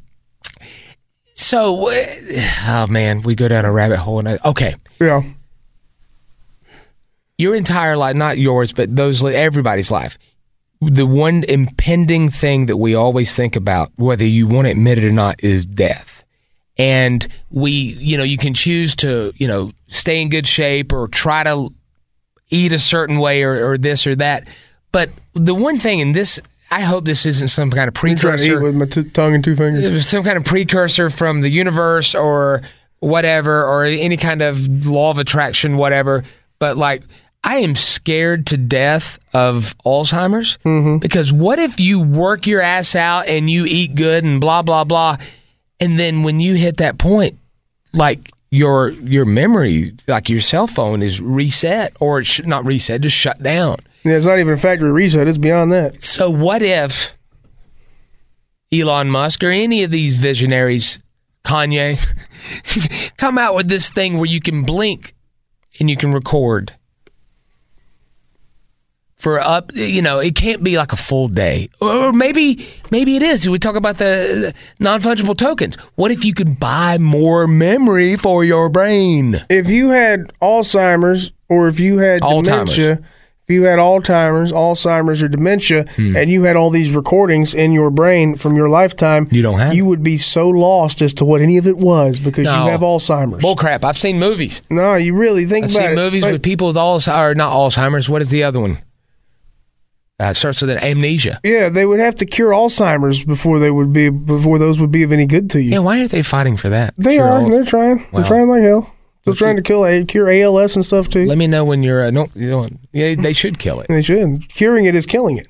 Speaker 3: so, uh, oh man, we go down a rabbit hole. And I, okay,
Speaker 4: Yeah.
Speaker 3: your entire life, not yours, but those li- everybody's life. The one impending thing that we always think about, whether you want to admit it or not, is death. And we, you know, you can choose to, you know, stay in good shape or try to eat a certain way or, or this or that. But the one thing, and this, I hope this isn't some kind of
Speaker 4: I'm trying to eat
Speaker 3: precursor
Speaker 4: with my t- tongue and two fingers.
Speaker 3: some kind of precursor from the universe or whatever, or any kind of law of attraction, whatever. But like, I am scared to death of Alzheimer's because what if you work your ass out and you eat good and blah blah blah, and then when you hit that point, like your your memory, like your cell phone is reset or it should not reset, just shut down.
Speaker 4: Yeah, it's not even a factory reset. It's beyond that.
Speaker 3: So what if Elon Musk or any of these visionaries, Kanye, come out with this thing where you can blink and you can record for up you know it can't be like a full day or maybe maybe it is we talk about the non-fungible tokens what if you could buy more memory for your brain
Speaker 4: if you had Alzheimer's or if you had
Speaker 3: Alzheimer's.
Speaker 4: dementia, if you had Alzheimer's, Alzheimer's or dementia,
Speaker 3: Hmm.
Speaker 4: and you had all these recordings in your brain from your lifetime,
Speaker 3: You don't have
Speaker 4: You
Speaker 3: it.
Speaker 4: would be so lost as to what any of it was because
Speaker 3: No.
Speaker 4: you have Alzheimer's.
Speaker 3: bull crap i've seen movies
Speaker 4: no, you really think
Speaker 3: I've
Speaker 4: about
Speaker 3: seen
Speaker 4: it.
Speaker 3: movies
Speaker 4: Like,
Speaker 3: with people with Alzheimer's, or not Alzheimer's. What is the other one? Uh, it starts with an amnesia.
Speaker 4: yeah, they would have to cure Alzheimer's before they would be before those would be of any good to you.
Speaker 3: Yeah, why aren't they fighting for that?
Speaker 4: they
Speaker 3: Cure
Speaker 4: are.
Speaker 3: Alz-
Speaker 4: They're trying.
Speaker 3: Wow.
Speaker 4: They're trying like hell. They're trying to kill a, cure ALS and stuff too.
Speaker 3: Let me know when you're. Uh, no, you know, yeah, they should kill it.
Speaker 4: they should. Curing it is killing it.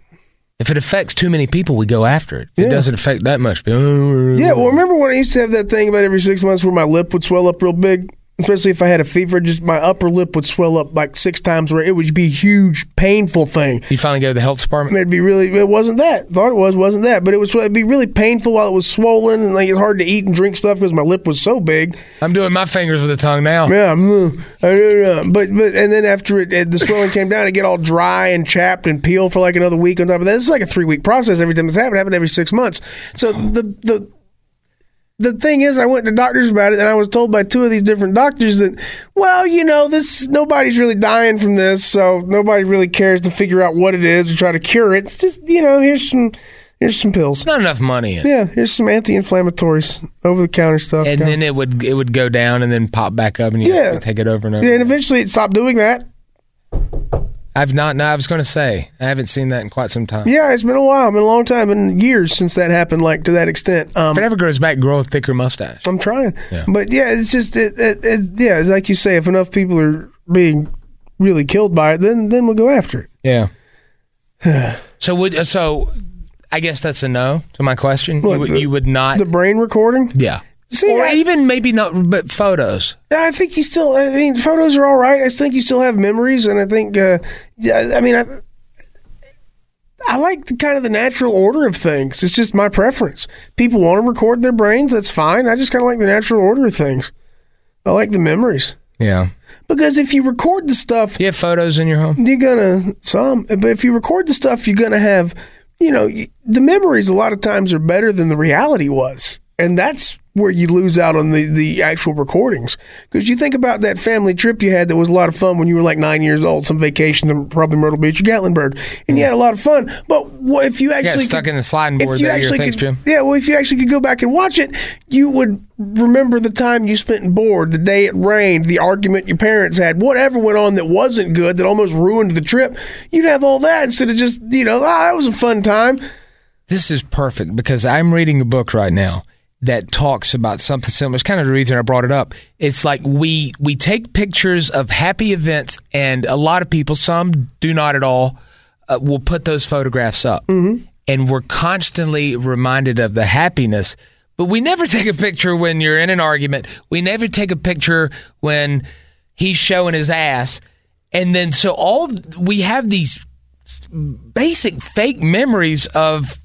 Speaker 3: If it affects too many people, we go after it. If It
Speaker 4: Yeah.
Speaker 3: doesn't affect that much. "Oh, Yeah,
Speaker 4: Yeah, well, remember when I used to have that thing about every six months where my lip would swell up real big? Especially if I had a fever, just my upper lip would swell up like six times where it would be a huge, painful thing.
Speaker 3: you finally go to the health department.
Speaker 4: It'd be really, it wasn't that. Thought it was, wasn't that. But it was, it'd be really painful while it was swollen and like it's hard to eat and drink stuff because my lip was so big.
Speaker 3: I'm doing my fingers with the tongue now.
Speaker 4: Yeah, mm, I don't know. But, but, and then after it, it- the swelling came down, it'd get all dry and chapped and peel for like another week on top of that. This is like a three week process every time it's happened, happened every six months. So the, the, the thing is, I went to doctors about it, and I was told by two of these different doctors that, well, you know, this nobody's really dying from this, so nobody really cares to figure out what it is and try to cure it. It's just, you know, here's some, here's some pills.
Speaker 3: Not enough money in. it.
Speaker 4: Yeah, here's some anti-inflammatories, over-the-counter stuff.
Speaker 3: And
Speaker 4: Kinda-
Speaker 3: then it would it would go down and then pop back up and you
Speaker 4: Yeah.
Speaker 3: take it over and over.
Speaker 4: yeah, and eventually it stopped doing that.
Speaker 3: I've not. No, I was going to say I haven't seen that in quite some time.
Speaker 4: Yeah, it's been a while, been a long time, and years since that happened, like to that extent. Um,
Speaker 3: If it ever grows back, grow a thicker mustache.
Speaker 4: I'm trying,
Speaker 3: Yeah.
Speaker 4: but yeah, it's just it, it, it, yeah, it's like you say, if enough people are being really killed by it, then then we'll go after it.
Speaker 3: Yeah. so would so I guess that's a no to my question.
Speaker 4: Look,
Speaker 3: you, would
Speaker 4: the-
Speaker 3: you would not.
Speaker 4: The brain recording,
Speaker 3: yeah.
Speaker 4: See,
Speaker 3: or
Speaker 4: I-
Speaker 3: even maybe not, but photos.
Speaker 4: I think you still. I mean, photos are all right. I think you still have memories, and I think. Uh, yeah, I mean, I, I like the kind of the natural order of things. It's just my preference. People want to record their brains. That's fine. I just kind of like the natural order of things. I like the memories
Speaker 3: Yeah.
Speaker 4: because if you record the stuff,
Speaker 3: Do you have photos in your home?
Speaker 4: you're gonna some. But if you record the stuff, you're gonna have. You know, y- the memories a lot of times are better than the reality was, and that's where you lose out on the the actual recordings. Because you think about that family trip you had that was a lot of fun when you were like nine years old, some vacation to probably Myrtle Beach or Gatlinburg, and you had a lot of fun. But what if you actually
Speaker 3: stuck
Speaker 4: could-
Speaker 3: in the sliding
Speaker 4: if
Speaker 3: board
Speaker 4: you
Speaker 3: that year.
Speaker 4: actually
Speaker 3: Thanks,
Speaker 4: could-
Speaker 3: Jim.
Speaker 4: Yeah, well, if you actually could go back and watch it, you would remember the time you spent bored, the day it rained, the argument your parents had, whatever went on that wasn't good, that almost ruined the trip. You'd have all that instead of just, you know, ah, that was a fun time.
Speaker 3: This is perfect because I'm reading a book right now that talks about something similar. It's kind of the reason I brought it up. It's like we we take pictures of happy events, and a lot of people, some do not at all, uh, will put those photographs up, and we're constantly reminded of the happiness. But we never take a picture when you're in an argument. We never take a picture when he's showing his ass, and then so all we have these basic fake memories of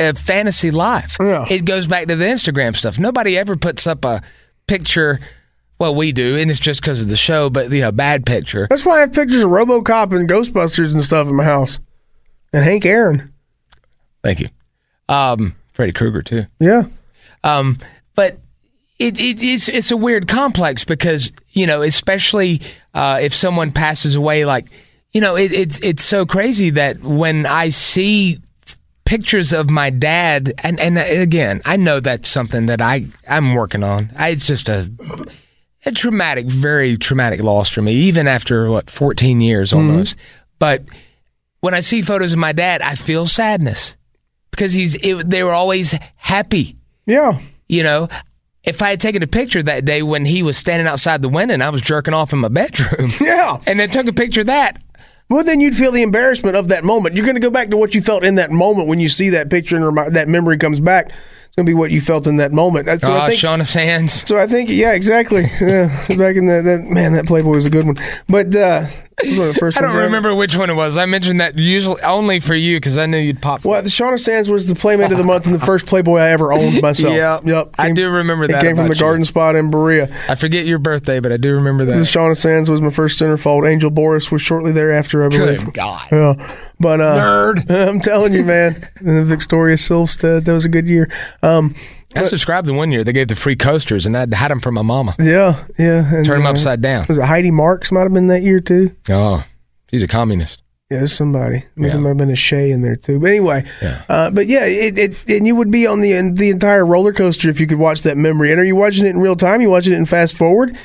Speaker 3: a fantasy life.
Speaker 4: Yeah.
Speaker 3: It goes back to the Instagram stuff. Nobody ever puts up a picture. Well, we do, and it's just because of the show, but you know, bad picture.
Speaker 4: That's why I have pictures of Robocop and Ghostbusters and stuff in my house. And Hank Aaron.
Speaker 3: Thank you. Um, Freddy Krueger too.
Speaker 4: Yeah.
Speaker 3: Um, but it, it, it's it's a weird complex because you know, especially uh, if someone passes away, like you know, it, it's it's so crazy that when I see pictures of my dad, and and again, I know that's something that I I'm working on. I, it's just a a traumatic, very traumatic loss for me, even after what 14 years almost. But when I see photos of my dad, I feel sadness because he's it, they were always happy
Speaker 4: Yeah.
Speaker 3: you know if I had taken a picture that day when he was standing outside the window and I was jerking off in my bedroom,
Speaker 4: Yeah.
Speaker 3: and then took a picture of that,
Speaker 4: Well, then you'd feel the embarrassment of that moment. You're going to go back to what you felt in that moment when you see that picture and remi- that memory comes back. It's going to be what you felt in that moment. And So
Speaker 3: Ah,
Speaker 4: I think,
Speaker 3: Shauna Sands.
Speaker 4: so I think, yeah, exactly. Yeah, back in the that man, that Playboy was a good one. But uh, it was one of the first
Speaker 3: I
Speaker 4: ones
Speaker 3: don't
Speaker 4: ever.
Speaker 3: remember which one it was. I mentioned that usually only for you because I knew you'd pop.
Speaker 4: Well, the Shauna Sands was the Playmate of the Month and the first Playboy I ever owned myself.
Speaker 3: Yep.
Speaker 4: yep.
Speaker 3: I do remember
Speaker 4: It
Speaker 3: that
Speaker 4: came from the
Speaker 3: about you.
Speaker 4: Garden Spot in Berea.
Speaker 3: I forget your birthday, but I do remember
Speaker 4: The
Speaker 3: that.
Speaker 4: Shauna Sands was my first centerfold. Angel Boris was shortly thereafter, I believe.
Speaker 3: Good God.
Speaker 4: Yeah, but uh, nerd, I'm telling you, man, the Victoria Silvstedt, that was a good year. Um,
Speaker 3: I subscribed to one year. They gave the free coasters, and I had them for my mama.
Speaker 4: yeah, yeah, and,
Speaker 3: Turn them
Speaker 4: uh,
Speaker 3: upside down.
Speaker 4: Was it Heidi Marks? Might have been that year too.
Speaker 3: Oh, she's a communist.
Speaker 4: Yeah, there's somebody. There
Speaker 3: Yeah.
Speaker 4: might have been a Shay in there too. But anyway, uh, but yeah, it, it and you would be on the the entire roller coaster if you could watch that memory. And are you watching it in real time? You watching it in fast forward?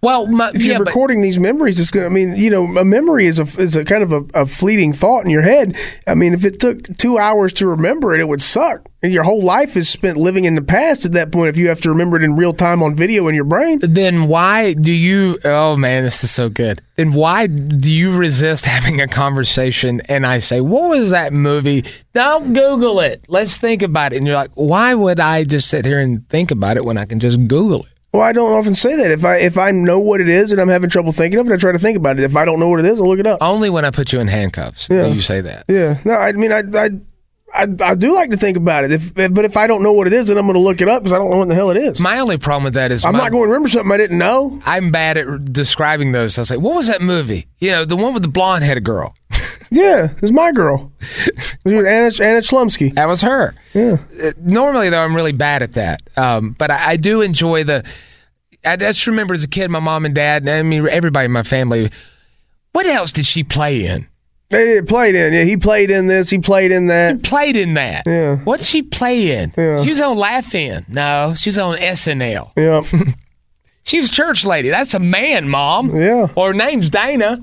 Speaker 3: Well, my,
Speaker 4: If you're
Speaker 3: yeah, but
Speaker 4: recording these memories, it's gonna. I mean, you know, a memory is a is a kind of a, a fleeting thought in your head. I mean, if it took two hours to remember it, it would suck. And your whole life is spent living in the past at that point. If you have to remember it in real time on video in your brain,
Speaker 3: then why do you? Oh man, this is so good. Then why do you resist having a conversation? And I say, what was that movie? Don't Google it. Let's think about it. And you're like, why would I just sit here and think about it when I can just Google it?
Speaker 4: Well, I don't often say that. If I if I know what it is and I'm having trouble thinking of it, I try to think about it. If I don't know what it is, I look it up.
Speaker 3: Only when I put you in handcuffs
Speaker 4: Yeah.
Speaker 3: do you say that.
Speaker 4: Yeah. No, I mean, I, I I I do like to think about it. If, if but if I don't know what it is, then I'm going to look it up because I don't know what the hell it is.
Speaker 3: My only problem with that is
Speaker 4: I'm
Speaker 3: my-
Speaker 4: not going to remember something I didn't know.
Speaker 3: I'm bad at describing those. I say, what was that movie? You know, the one with the blonde headed girl.
Speaker 4: Yeah, it's my girl. Anna Anna Chlumsky.
Speaker 3: That was her.
Speaker 4: Yeah.
Speaker 3: Uh, Normally, though, I'm really bad at that. Um, but I, I do enjoy the. I just remember as a kid, my mom and dad, and I mean, everybody in my family. What else did she play in?
Speaker 4: They played in. Yeah, he played in this. He played in that.
Speaker 3: Played in that.
Speaker 4: Yeah.
Speaker 3: What did she play in? She was on Laughing. No, she was on SNL.
Speaker 4: Yeah.
Speaker 3: She was church lady. That's a man, mom.
Speaker 4: Yeah.
Speaker 3: Or her name's Dana.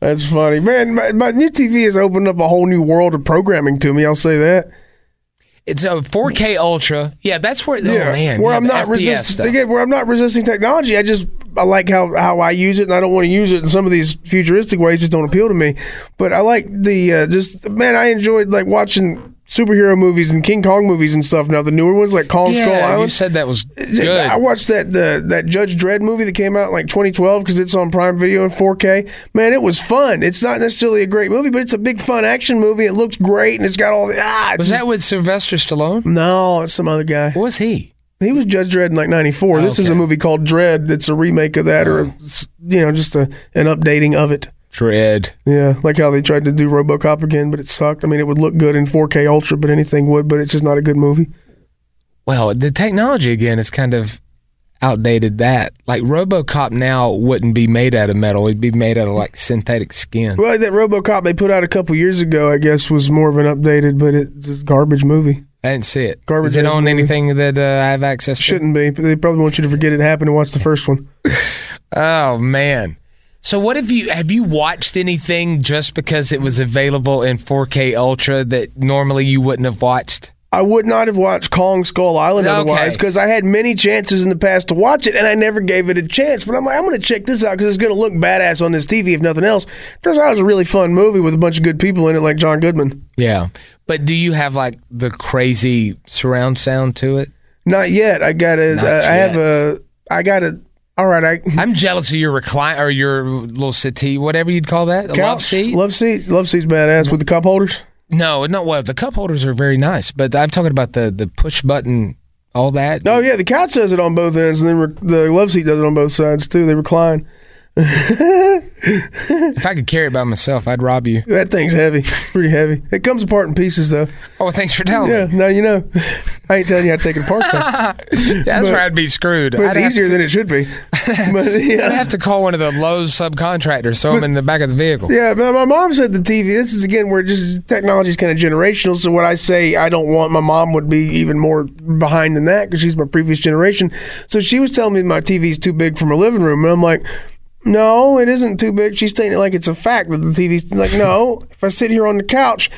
Speaker 4: That's funny, man. My, my new TV has opened up a whole new world of programming to me. I'll say that.
Speaker 3: It's a 4K Ultra. Yeah, that's where.
Speaker 4: Yeah,
Speaker 3: oh man,
Speaker 4: where
Speaker 3: yeah,
Speaker 4: I'm
Speaker 3: the
Speaker 4: not
Speaker 3: FPS
Speaker 4: resisting.
Speaker 3: stuff.
Speaker 4: Again, where I'm not resisting technology. I just I like how how I use it, and I don't want to use it in some of these futuristic ways. Just don't appeal to me. But I like the uh, just man. I enjoyed like watching superhero movies and King Kong movies and stuff. Now the newer ones like Kong Skull
Speaker 3: Yeah, you
Speaker 4: Island.
Speaker 3: said that was good.
Speaker 4: I watched that the that Judge Dredd movie that came out in like 2012 because it's on Prime Video in 4K. Man, it was fun. It's not necessarily a great movie, but it's a big fun action movie. It looks great and it's got all the ah. it's
Speaker 3: Was
Speaker 4: just-
Speaker 3: that with Sylvester Stallone?
Speaker 4: no? It's some other guy.
Speaker 3: What was he?
Speaker 4: He was Judge Dredd in like '94. This is a
Speaker 3: Okay.
Speaker 4: movie called Dredd. That's a remake of that, or you know, just a, an updating of it.
Speaker 3: Dread.
Speaker 4: Yeah, like how they tried to do RoboCop again, but it sucked. I mean, it would look good in 4K Ultra, but anything would. But it's just not a good movie.
Speaker 3: Well, the technology again is kind of outdated. That like RoboCop now wouldn't be made out of metal; it'd be made out of like synthetic skin.
Speaker 4: Well, that RoboCop they put out a couple years ago, I guess, was more of an updated, but it's just garbage movie.
Speaker 3: I didn't see it.
Speaker 4: Garbage
Speaker 3: Is it
Speaker 4: ass
Speaker 3: on
Speaker 4: movie.
Speaker 3: anything that uh, I have access to?
Speaker 4: Shouldn't be. But they probably want you to forget it happened and watch the first one.
Speaker 3: Oh man. So what have you have you watched anything just because it was available in 4K Ultra that normally you wouldn't have watched?
Speaker 4: I would not have watched Kong Skull Island
Speaker 3: Okay.
Speaker 4: otherwise because I had many chances in the past to watch it and I never gave it a chance. But I'm like, I'm going to check this out because it's going to look badass on this TV if nothing else. Turns out it was a really fun movie with a bunch of good people in it, like John Goodman.
Speaker 3: Yeah. But do you have like the crazy surround sound to it?
Speaker 4: Not yet. I got a.
Speaker 3: Not
Speaker 4: I- I have
Speaker 3: yet.
Speaker 4: a. I got a. All right. I
Speaker 3: I'm jealous of your recline or your little settee, whatever you'd call that, a love
Speaker 4: couch,
Speaker 3: seat.
Speaker 4: Love seat. Love seat's badass with the cup holders.
Speaker 3: No, not well. The cup holders are very nice, but I'm talking about the the push button, all that.
Speaker 4: Oh yeah, the couch does it on both ends, and then re- the love seat does it on both sides too. They recline.
Speaker 3: If I could carry it by myself, I'd rob you.
Speaker 4: That thing's heavy. Pretty heavy. It comes apart in pieces though.
Speaker 3: Oh, thanks for telling
Speaker 4: Yeah.
Speaker 3: me.
Speaker 4: Now you know. I ain't telling you how to take it apart. though.
Speaker 3: That's where I'd be screwed.
Speaker 4: But it's
Speaker 3: I'd have
Speaker 4: easier
Speaker 3: to-
Speaker 4: than it should be. but,
Speaker 3: I'd
Speaker 4: yeah.
Speaker 3: have to call one of the Lowe's subcontractors, so I'm in the back of the vehicle.
Speaker 4: Yeah, but my mom said the TV. This is again where just technology is kind of generational. So what I say I don't want, my mom would be even more behind than that because she's my previous generation. So she was telling me my TV's too big for my living room, and I'm like, no, it isn't too big. She's saying it like it's a fact that the TV's like, no. if I sit here on the couch,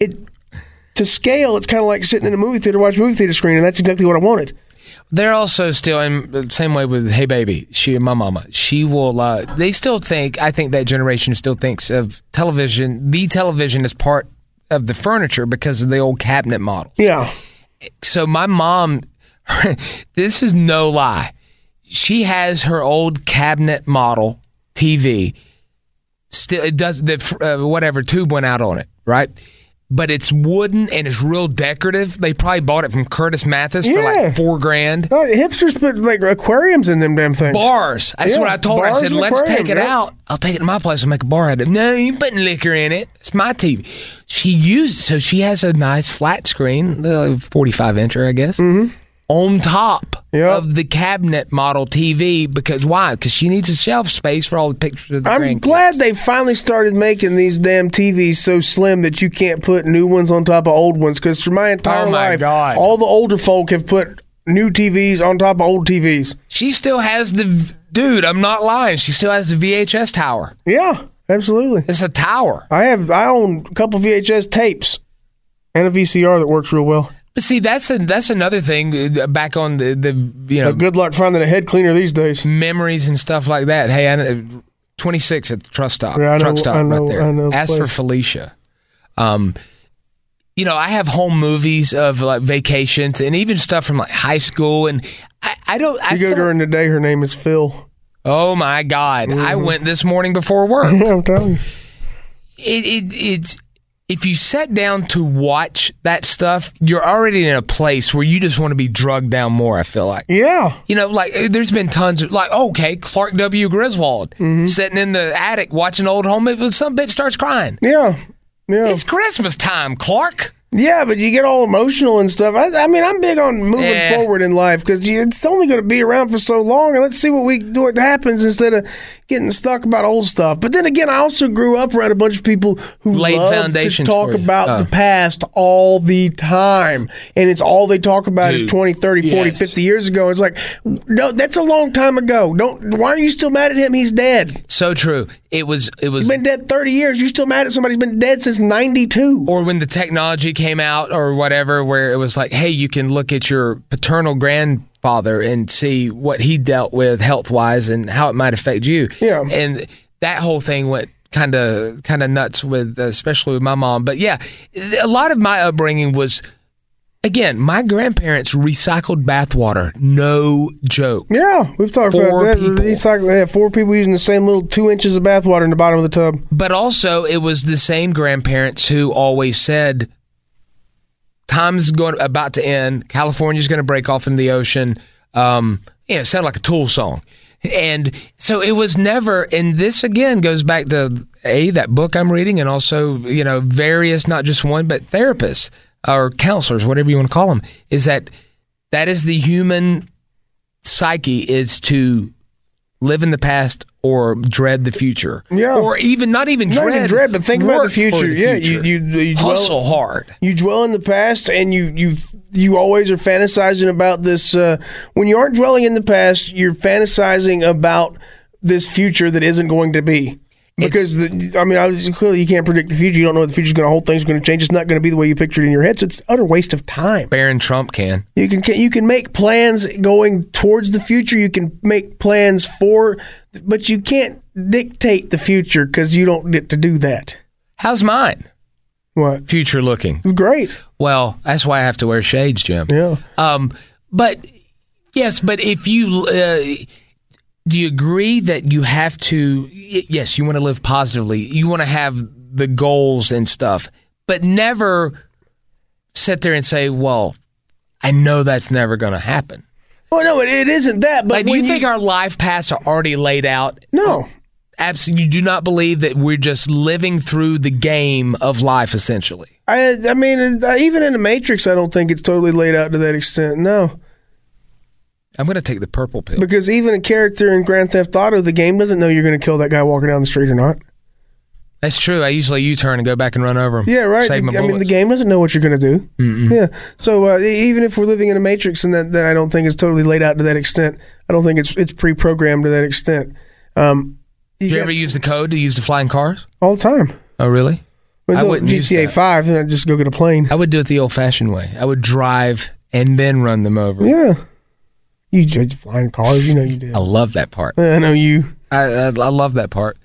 Speaker 4: it to scale, it's kind of like sitting in a movie theater, watching a movie theater screen, and that's exactly what I wanted.
Speaker 3: They're also still in the same way with Hey Baby. She and my mama. She will. Uh, they still think. I think that generation still thinks of television. The television is part of the furniture because of the old cabinet model.
Speaker 4: Yeah.
Speaker 3: So my mom, this is no lie. She has her old cabinet model TV. Still, it does the uh, whatever tube went out on it, right? But it's wooden and it's real decorative. They probably bought it from Curtis Mathis for
Speaker 4: Yeah.
Speaker 3: like four grand.
Speaker 4: Uh, hipsters put like aquariums in them damn things.
Speaker 3: Bars. That's
Speaker 4: Yeah,
Speaker 3: what I told her. I
Speaker 4: bars
Speaker 3: said,
Speaker 4: and
Speaker 3: let's take it
Speaker 4: aquariums, yeah.
Speaker 3: out. I'll take it to my place and make a bar out of it. No, you ain't putting liquor in it. It's my TV. She used so she has a nice flat screen, the 45 incher, I guess, on top
Speaker 4: Mm-hmm. Yep.
Speaker 3: of the cabinet model TV because why? Because she needs a shelf space for all the pictures of the
Speaker 4: I'm
Speaker 3: grandkids.
Speaker 4: glad they finally started making these damn TVs so slim that you can't put new ones on top of old ones. Because for my entire
Speaker 3: Oh, my
Speaker 4: life,
Speaker 3: God.
Speaker 4: all the older folk have put new TVs on top of old TVs.
Speaker 3: She still has the v- dude. I'm not lying. She still has the VHS tower.
Speaker 4: Yeah, absolutely.
Speaker 3: It's a tower.
Speaker 4: I have I own a couple VHS tapes and a VCR that works real well.
Speaker 3: But see, that's a, that's another thing. uh, Back on the, the you know
Speaker 4: But good luck finding a head cleaner these days.
Speaker 3: memories and stuff like that. Hey, I, 26 at the truck stop.
Speaker 4: Yeah, I know-
Speaker 3: truck stop
Speaker 4: I know-
Speaker 3: right there.
Speaker 4: I know
Speaker 3: Ask
Speaker 4: place.
Speaker 3: for Felicia. Um, you know, I have home movies of like vacations and even stuff from like high school, and I, I don't. I
Speaker 4: You go
Speaker 3: feel-
Speaker 4: during the day. Her name is Phil.
Speaker 3: oh my god! I
Speaker 4: Mm-hmm.
Speaker 3: went this morning before work.
Speaker 4: Yeah, I'm telling you.
Speaker 3: it, it it's if you sat down to watch that stuff, you're already in a place where you just want to be drugged down more. I feel like.
Speaker 4: Yeah,
Speaker 3: You know, like eh, there's been tons of like okay, Clark W. Griswold sitting in the attic watching old home movies. Some bitch starts crying.
Speaker 4: yeah, yeah,
Speaker 3: It's Christmas time, Clark.
Speaker 4: yeah. But you get all emotional and stuff. I, I mean, I'm big on moving
Speaker 3: Yeah.
Speaker 4: forward in life because it's only going to be around for so long, and let's see what we what happens instead of getting stuck about old stuff. But then again, I also grew up around a bunch of people who
Speaker 3: Laid
Speaker 4: love to
Speaker 3: foundations
Speaker 4: talk
Speaker 3: for you.
Speaker 4: about
Speaker 3: Oh.
Speaker 4: the past all the time, and it's all they talk about
Speaker 3: Dude,
Speaker 4: is 20, 30, 40,
Speaker 3: yes.
Speaker 4: 50 years ago. It's like, no, that's a long time ago. Don't. Why are you still mad at him? He's dead.
Speaker 3: So true. It was it was
Speaker 4: He's been dead 30 years. You're still mad at somebody who's been dead since 92.
Speaker 3: or when the technology came out or whatever where it was like hey you can look at your paternal grandfather and see what he dealt with health-wise and how it might affect you
Speaker 4: Yeah.
Speaker 3: and that whole thing went kind of kind of nuts with especially with my mom but yeah a lot of my upbringing was again my grandparents recycled bathwater no joke
Speaker 4: Yeah, we've talked
Speaker 3: Four
Speaker 4: about that.
Speaker 3: people.
Speaker 4: It's like they have four people using the same little two inches of bathwater in the bottom of the tub.
Speaker 3: But also, it was the same grandparents who always said, "Time's going about to end. California's going to break off in the ocean." Um, you know, it sounded like a Tool song, and so it was never. And this again goes back to a that book I'm reading, and also you know various not just one but therapists or counselors, whatever you want to call them, is that that is the human psyche is to live in the past or dread the future.
Speaker 4: Yeah.
Speaker 3: Or even not even
Speaker 4: Not
Speaker 3: dread,
Speaker 4: even dread, but think about
Speaker 3: work
Speaker 4: the
Speaker 3: for
Speaker 4: future. Yeah, you, you, you
Speaker 3: hustle
Speaker 4: dwell,
Speaker 3: hard.
Speaker 4: you dwell in the past, and you you you always are fantasizing about this. Uh, when you aren't dwelling in the past, you're fantasizing about this future that isn't going to be. Because the, I mean, I was, clearly you can't predict the future. You don't know what the future's going to hold. Things are going to change. It's not going to be the way you pictured it in your head. So it's utter waste of time.
Speaker 3: Baron Trump can.
Speaker 4: You can you can make plans going towards the future. You can make plans for, but you can't dictate the future because you don't get to do that.
Speaker 3: How's mine?
Speaker 4: What?
Speaker 3: Future looking.
Speaker 4: Great.
Speaker 3: Well, that's why I have to wear shades, Jim.
Speaker 4: Yeah.
Speaker 3: Um, but yes, but if you uh, do you agree that you have to? y- Yes, you want to live positively. You want to have the goals and stuff, but never sit there and say, "Well, I know that's never going to happen."
Speaker 4: Well, no, it, it isn't that. But
Speaker 3: Like, do you
Speaker 4: when
Speaker 3: think our life paths are already laid out?
Speaker 4: no?
Speaker 3: Absolutely, you do not believe that we're just living through the game of life, essentially.
Speaker 4: I I mean, uh, even in the Matrix, I don't think it's totally laid out to that extent. No,
Speaker 3: I'm going to take the purple pill.
Speaker 4: because even a character in Grand Theft Auto, the game doesn't know you're going to kill that guy walking down the street or not.
Speaker 3: That's true. I usually U-turn and go back and run over him.
Speaker 4: Yeah, right.
Speaker 3: Save my
Speaker 4: I mean, the
Speaker 3: bullets.
Speaker 4: game doesn't know what you're going to do. Yeah. So uh, e- even if we're living in a matrix, and that, that I don't think is totally laid out to that extent. I don't think it's it's pre-programmed to that extent. Um,
Speaker 3: Do you
Speaker 4: got-
Speaker 3: ever use the code to use the flying cars?
Speaker 4: all the time?
Speaker 3: Oh, really?
Speaker 4: But
Speaker 3: I
Speaker 4: until
Speaker 3: wouldn't use
Speaker 4: GTA
Speaker 3: that.
Speaker 4: Five, then I just go get a plane.
Speaker 3: I would do it the old-fashioned way. I would drive and then run them over.
Speaker 4: Yeah, you judge flying cars. You know you did.
Speaker 3: I love that part.
Speaker 4: I know you.
Speaker 3: I, I, I love that part.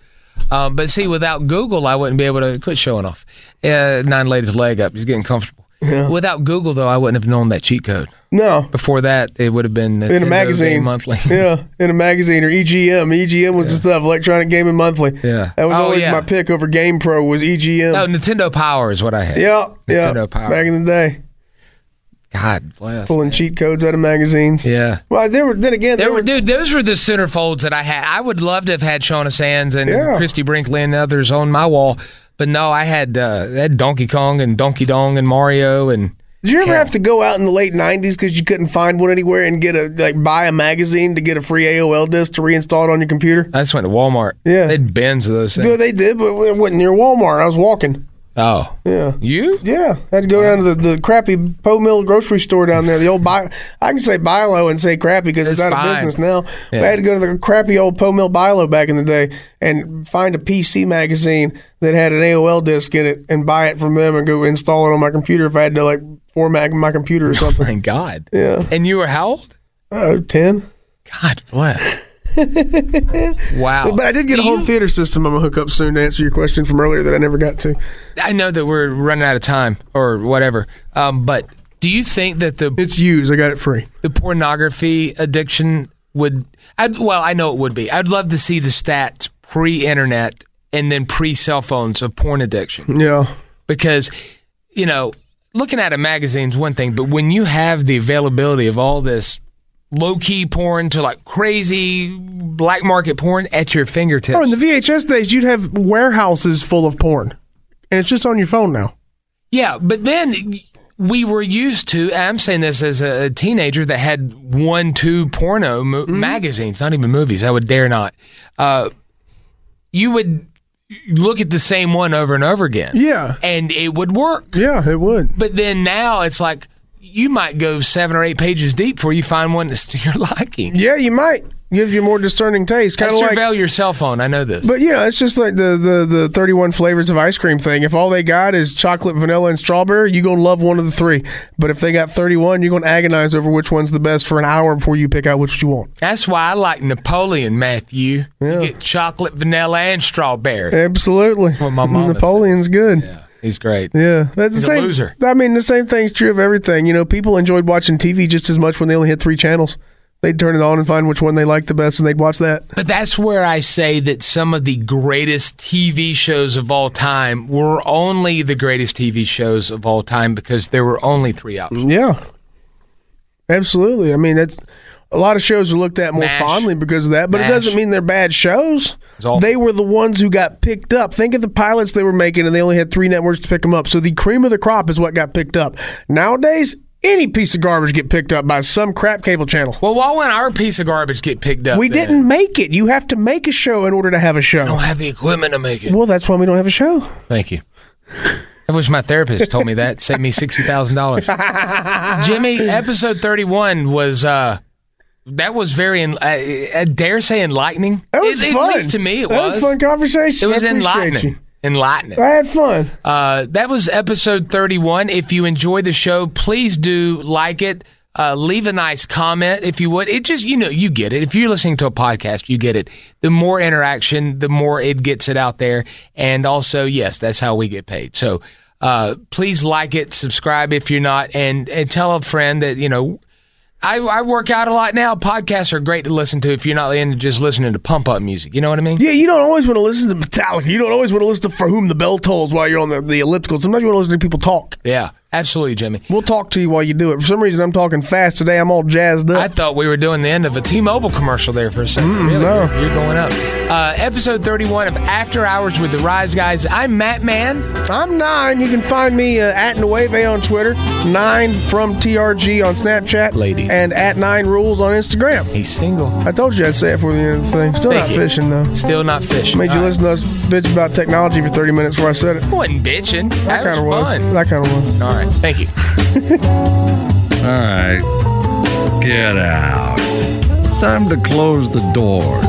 Speaker 3: Um, but see, without Google, I wouldn't be able to quit showing off. Uh, nine laid his leg up. He's getting comfortable. Without Google, though, I wouldn't have known that cheat code.
Speaker 4: No,
Speaker 3: Before that, it would have been
Speaker 4: in
Speaker 3: Nintendo
Speaker 4: a magazine
Speaker 3: Game monthly.
Speaker 4: yeah, in a magazine or E EGM. EGM was the stuff, Electronic Gaming Monthly.
Speaker 3: Yeah.
Speaker 4: that was
Speaker 3: Oh,
Speaker 4: always
Speaker 3: yeah.
Speaker 4: my pick over Game Pro was EGM.
Speaker 3: Oh, Nintendo Power is what I had.
Speaker 4: yeah, yeah.
Speaker 3: Nintendo Power.
Speaker 4: Back in the day,
Speaker 3: God bless.
Speaker 4: pulling cheat codes out of magazines.
Speaker 3: Yeah.
Speaker 4: Well, there were then again there,
Speaker 3: There were, dude, those were the centerfolds that I had. I would love to have had Shauna Sands and
Speaker 4: Yeah.
Speaker 3: Christy Brinkley and others on my wall, but no, I had uh, I had Donkey Kong and Donkey Dong and Mario and
Speaker 4: Did you ever have to go out in the late '90s because you couldn't find one anywhere and get a like buy a magazine to get a free AOL disk to reinstall it on your computer?
Speaker 3: I just went to Walmart.
Speaker 4: Yeah.
Speaker 3: they had bins of those things.
Speaker 4: Yeah, they did, but it wasn't near Walmart. I was walking.
Speaker 3: Oh,
Speaker 4: Yeah.
Speaker 3: you?
Speaker 4: Yeah, I had to go down to the, the crappy Poe Mill grocery store down there. The old bio, I can say Bilo and say crappy because it's,
Speaker 3: It's
Speaker 4: out of
Speaker 3: fine.
Speaker 4: business now. But
Speaker 3: Yeah.
Speaker 4: I had to go to the crappy old Poe Mill Bilo back in the day and find a PC magazine that had an AOL disc in it and buy it from them and go install it on my computer if I had to like format my computer or something.
Speaker 3: Thank Oh God.
Speaker 4: Yeah.
Speaker 3: And you were how old?
Speaker 4: Oh, 10.
Speaker 3: God bless. wow.
Speaker 4: But I did get
Speaker 3: Do
Speaker 4: a home
Speaker 3: you-
Speaker 4: theater system I'm going to hook up soon to answer your question from earlier that I never got to.
Speaker 3: I know that we're running out of time or whatever, um, but do you think that the
Speaker 4: It's used. I got it free.
Speaker 3: the pornography addiction would I'd, well i know it would be i'd love to see the stats pre-internet and then pre-cell phones of porn addiction
Speaker 4: Yeah.
Speaker 3: because you know looking at a magazine's one thing but when you have the availability of all this low-key porn to like crazy black market porn at your fingertips
Speaker 4: Bro, Oh, in the VHS days, you'd have warehouses full of porn, and it's just on your phone now.
Speaker 3: Yeah, but then we were used to. I'm saying this as a teenager that had one, two porno mo-
Speaker 4: Mm-hmm.
Speaker 3: magazines, not even movies. I would dare not. Uh, you would look at the same one over and over again.
Speaker 4: Yeah.
Speaker 3: and it would work.
Speaker 4: Yeah, it would.
Speaker 3: But then now it's like you might go seven or eight pages deep before you find one that's to your liking.
Speaker 4: Yeah, you might gives you more discerning taste, kind of
Speaker 3: Surveil
Speaker 4: like.
Speaker 3: your cell phone. I know this.
Speaker 4: But you know, it's just like the, the the 31 flavors of ice cream thing. If all they got is chocolate, vanilla, and strawberry, you gonna love one of the three. But if they got 31, you're gonna agonize over which one's the best for an hour before you pick out which you want.
Speaker 3: that's why I like Napoleon, Matthew. You get chocolate, vanilla, and strawberry.
Speaker 4: Absolutely,
Speaker 3: what my mama
Speaker 4: Napoleon's good.
Speaker 3: He's great.
Speaker 4: Yeah, that's
Speaker 3: He's a
Speaker 4: the same.
Speaker 3: loser.
Speaker 4: I mean, the same thing's true of everything. You know, people enjoyed watching TV just as much when they only had three channels. They'd turn it on and find which one they liked the best, and they'd watch that.
Speaker 3: But that's where I say that some of the greatest TV shows of all time were only the greatest TV shows of all time because there were only three options.
Speaker 4: Yeah, absolutely. I mean, that's a lot of shows are looked at more
Speaker 3: MASH.
Speaker 4: fondly because of that, but
Speaker 3: MASH.
Speaker 4: it doesn't mean they're bad shows.
Speaker 3: It's awful.
Speaker 4: They were the ones who got picked up. Think of the pilots they were making, and they only had three networks to pick them up. So the cream of the crop is what got picked up. Nowadays, any piece of garbage get picked up by some crap cable channel.
Speaker 3: Well, why wouldn't our piece of garbage get picked up?
Speaker 4: We
Speaker 3: then?
Speaker 4: didn't make it. You have to make a show in order to have a show.
Speaker 3: I don't have the equipment to make it.
Speaker 4: Well, that's why we don't have a show.
Speaker 3: Thank you. I wish my therapist told me that. Saved me sixty thousand dollars. Jimmy, episode thirty-one was uh, that was very, en- I, I dare say, enlightening.
Speaker 4: That was
Speaker 3: At- at,
Speaker 4: fun.
Speaker 3: least to me, it
Speaker 4: that was.
Speaker 3: was.
Speaker 4: a fun conversation.
Speaker 3: it was
Speaker 4: I appreciate
Speaker 3: enlightening. Enlightening.
Speaker 4: you. I had fun.
Speaker 3: Uh, that was episode 31. If you enjoyed the show, please do like it. Uh, leave a nice comment if you would. It just, you know, you get it. If you're listening to a podcast, you get it. The more interaction, the more it gets it out there. And also, yes, that's how we get paid. So uh, please like it, subscribe if you're not, and, and tell a friend that, you know, I, I work out a lot now. Podcasts are great to listen to if you're not into just listening to pump up music. You know what I mean?
Speaker 4: Yeah, you don't always want to listen to Metallica. You don't always want to listen to For Whom the Bell Tolls while you're on the, the elliptical. Sometimes you want to listen to people talk.
Speaker 3: Yeah, absolutely, Jimmy.
Speaker 4: We'll talk to you while you do it. For some reason, I'm talking fast today. I'm all jazzed up.
Speaker 3: I thought we were doing the end of a T-Mobile commercial there for a second. really,
Speaker 4: Mm, no.
Speaker 3: you're, you're going up. Uh, episode 31 of After Hours with the Rives Guys. I'm Matt Mann.
Speaker 4: I'm nine. You can find me uh, at Nueve on Twitter, nine from TRG on Snapchat,
Speaker 3: Ladies.
Speaker 4: and at Nine Rules on Instagram.
Speaker 3: He's single.
Speaker 4: I told you I'd say it for the end of the thing. Still
Speaker 3: Thank
Speaker 4: not
Speaker 3: you.
Speaker 4: fishing though.
Speaker 3: Still not fishing.
Speaker 4: Made you
Speaker 3: All right.
Speaker 4: listen to us bitch about technology for 30 minutes before I said it.
Speaker 3: I wasn't bitching. That,
Speaker 4: That kind
Speaker 3: was
Speaker 4: of was.
Speaker 3: fun.
Speaker 4: That kind of was.
Speaker 3: All right. Thank you.
Speaker 2: All right, get out. Time to close the doors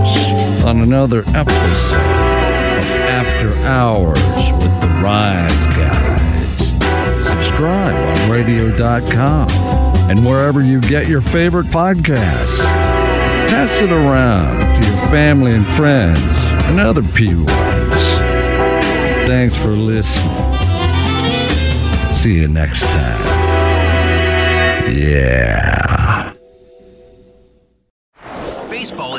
Speaker 2: on another episode of After After Hours with the Rise Guys. Subscribe on radio.com and wherever you get your favorite podcasts. Pass it around to your family and friends and other P1s. Thanks for listening. See you next time. Yeah.
Speaker 5: Baseball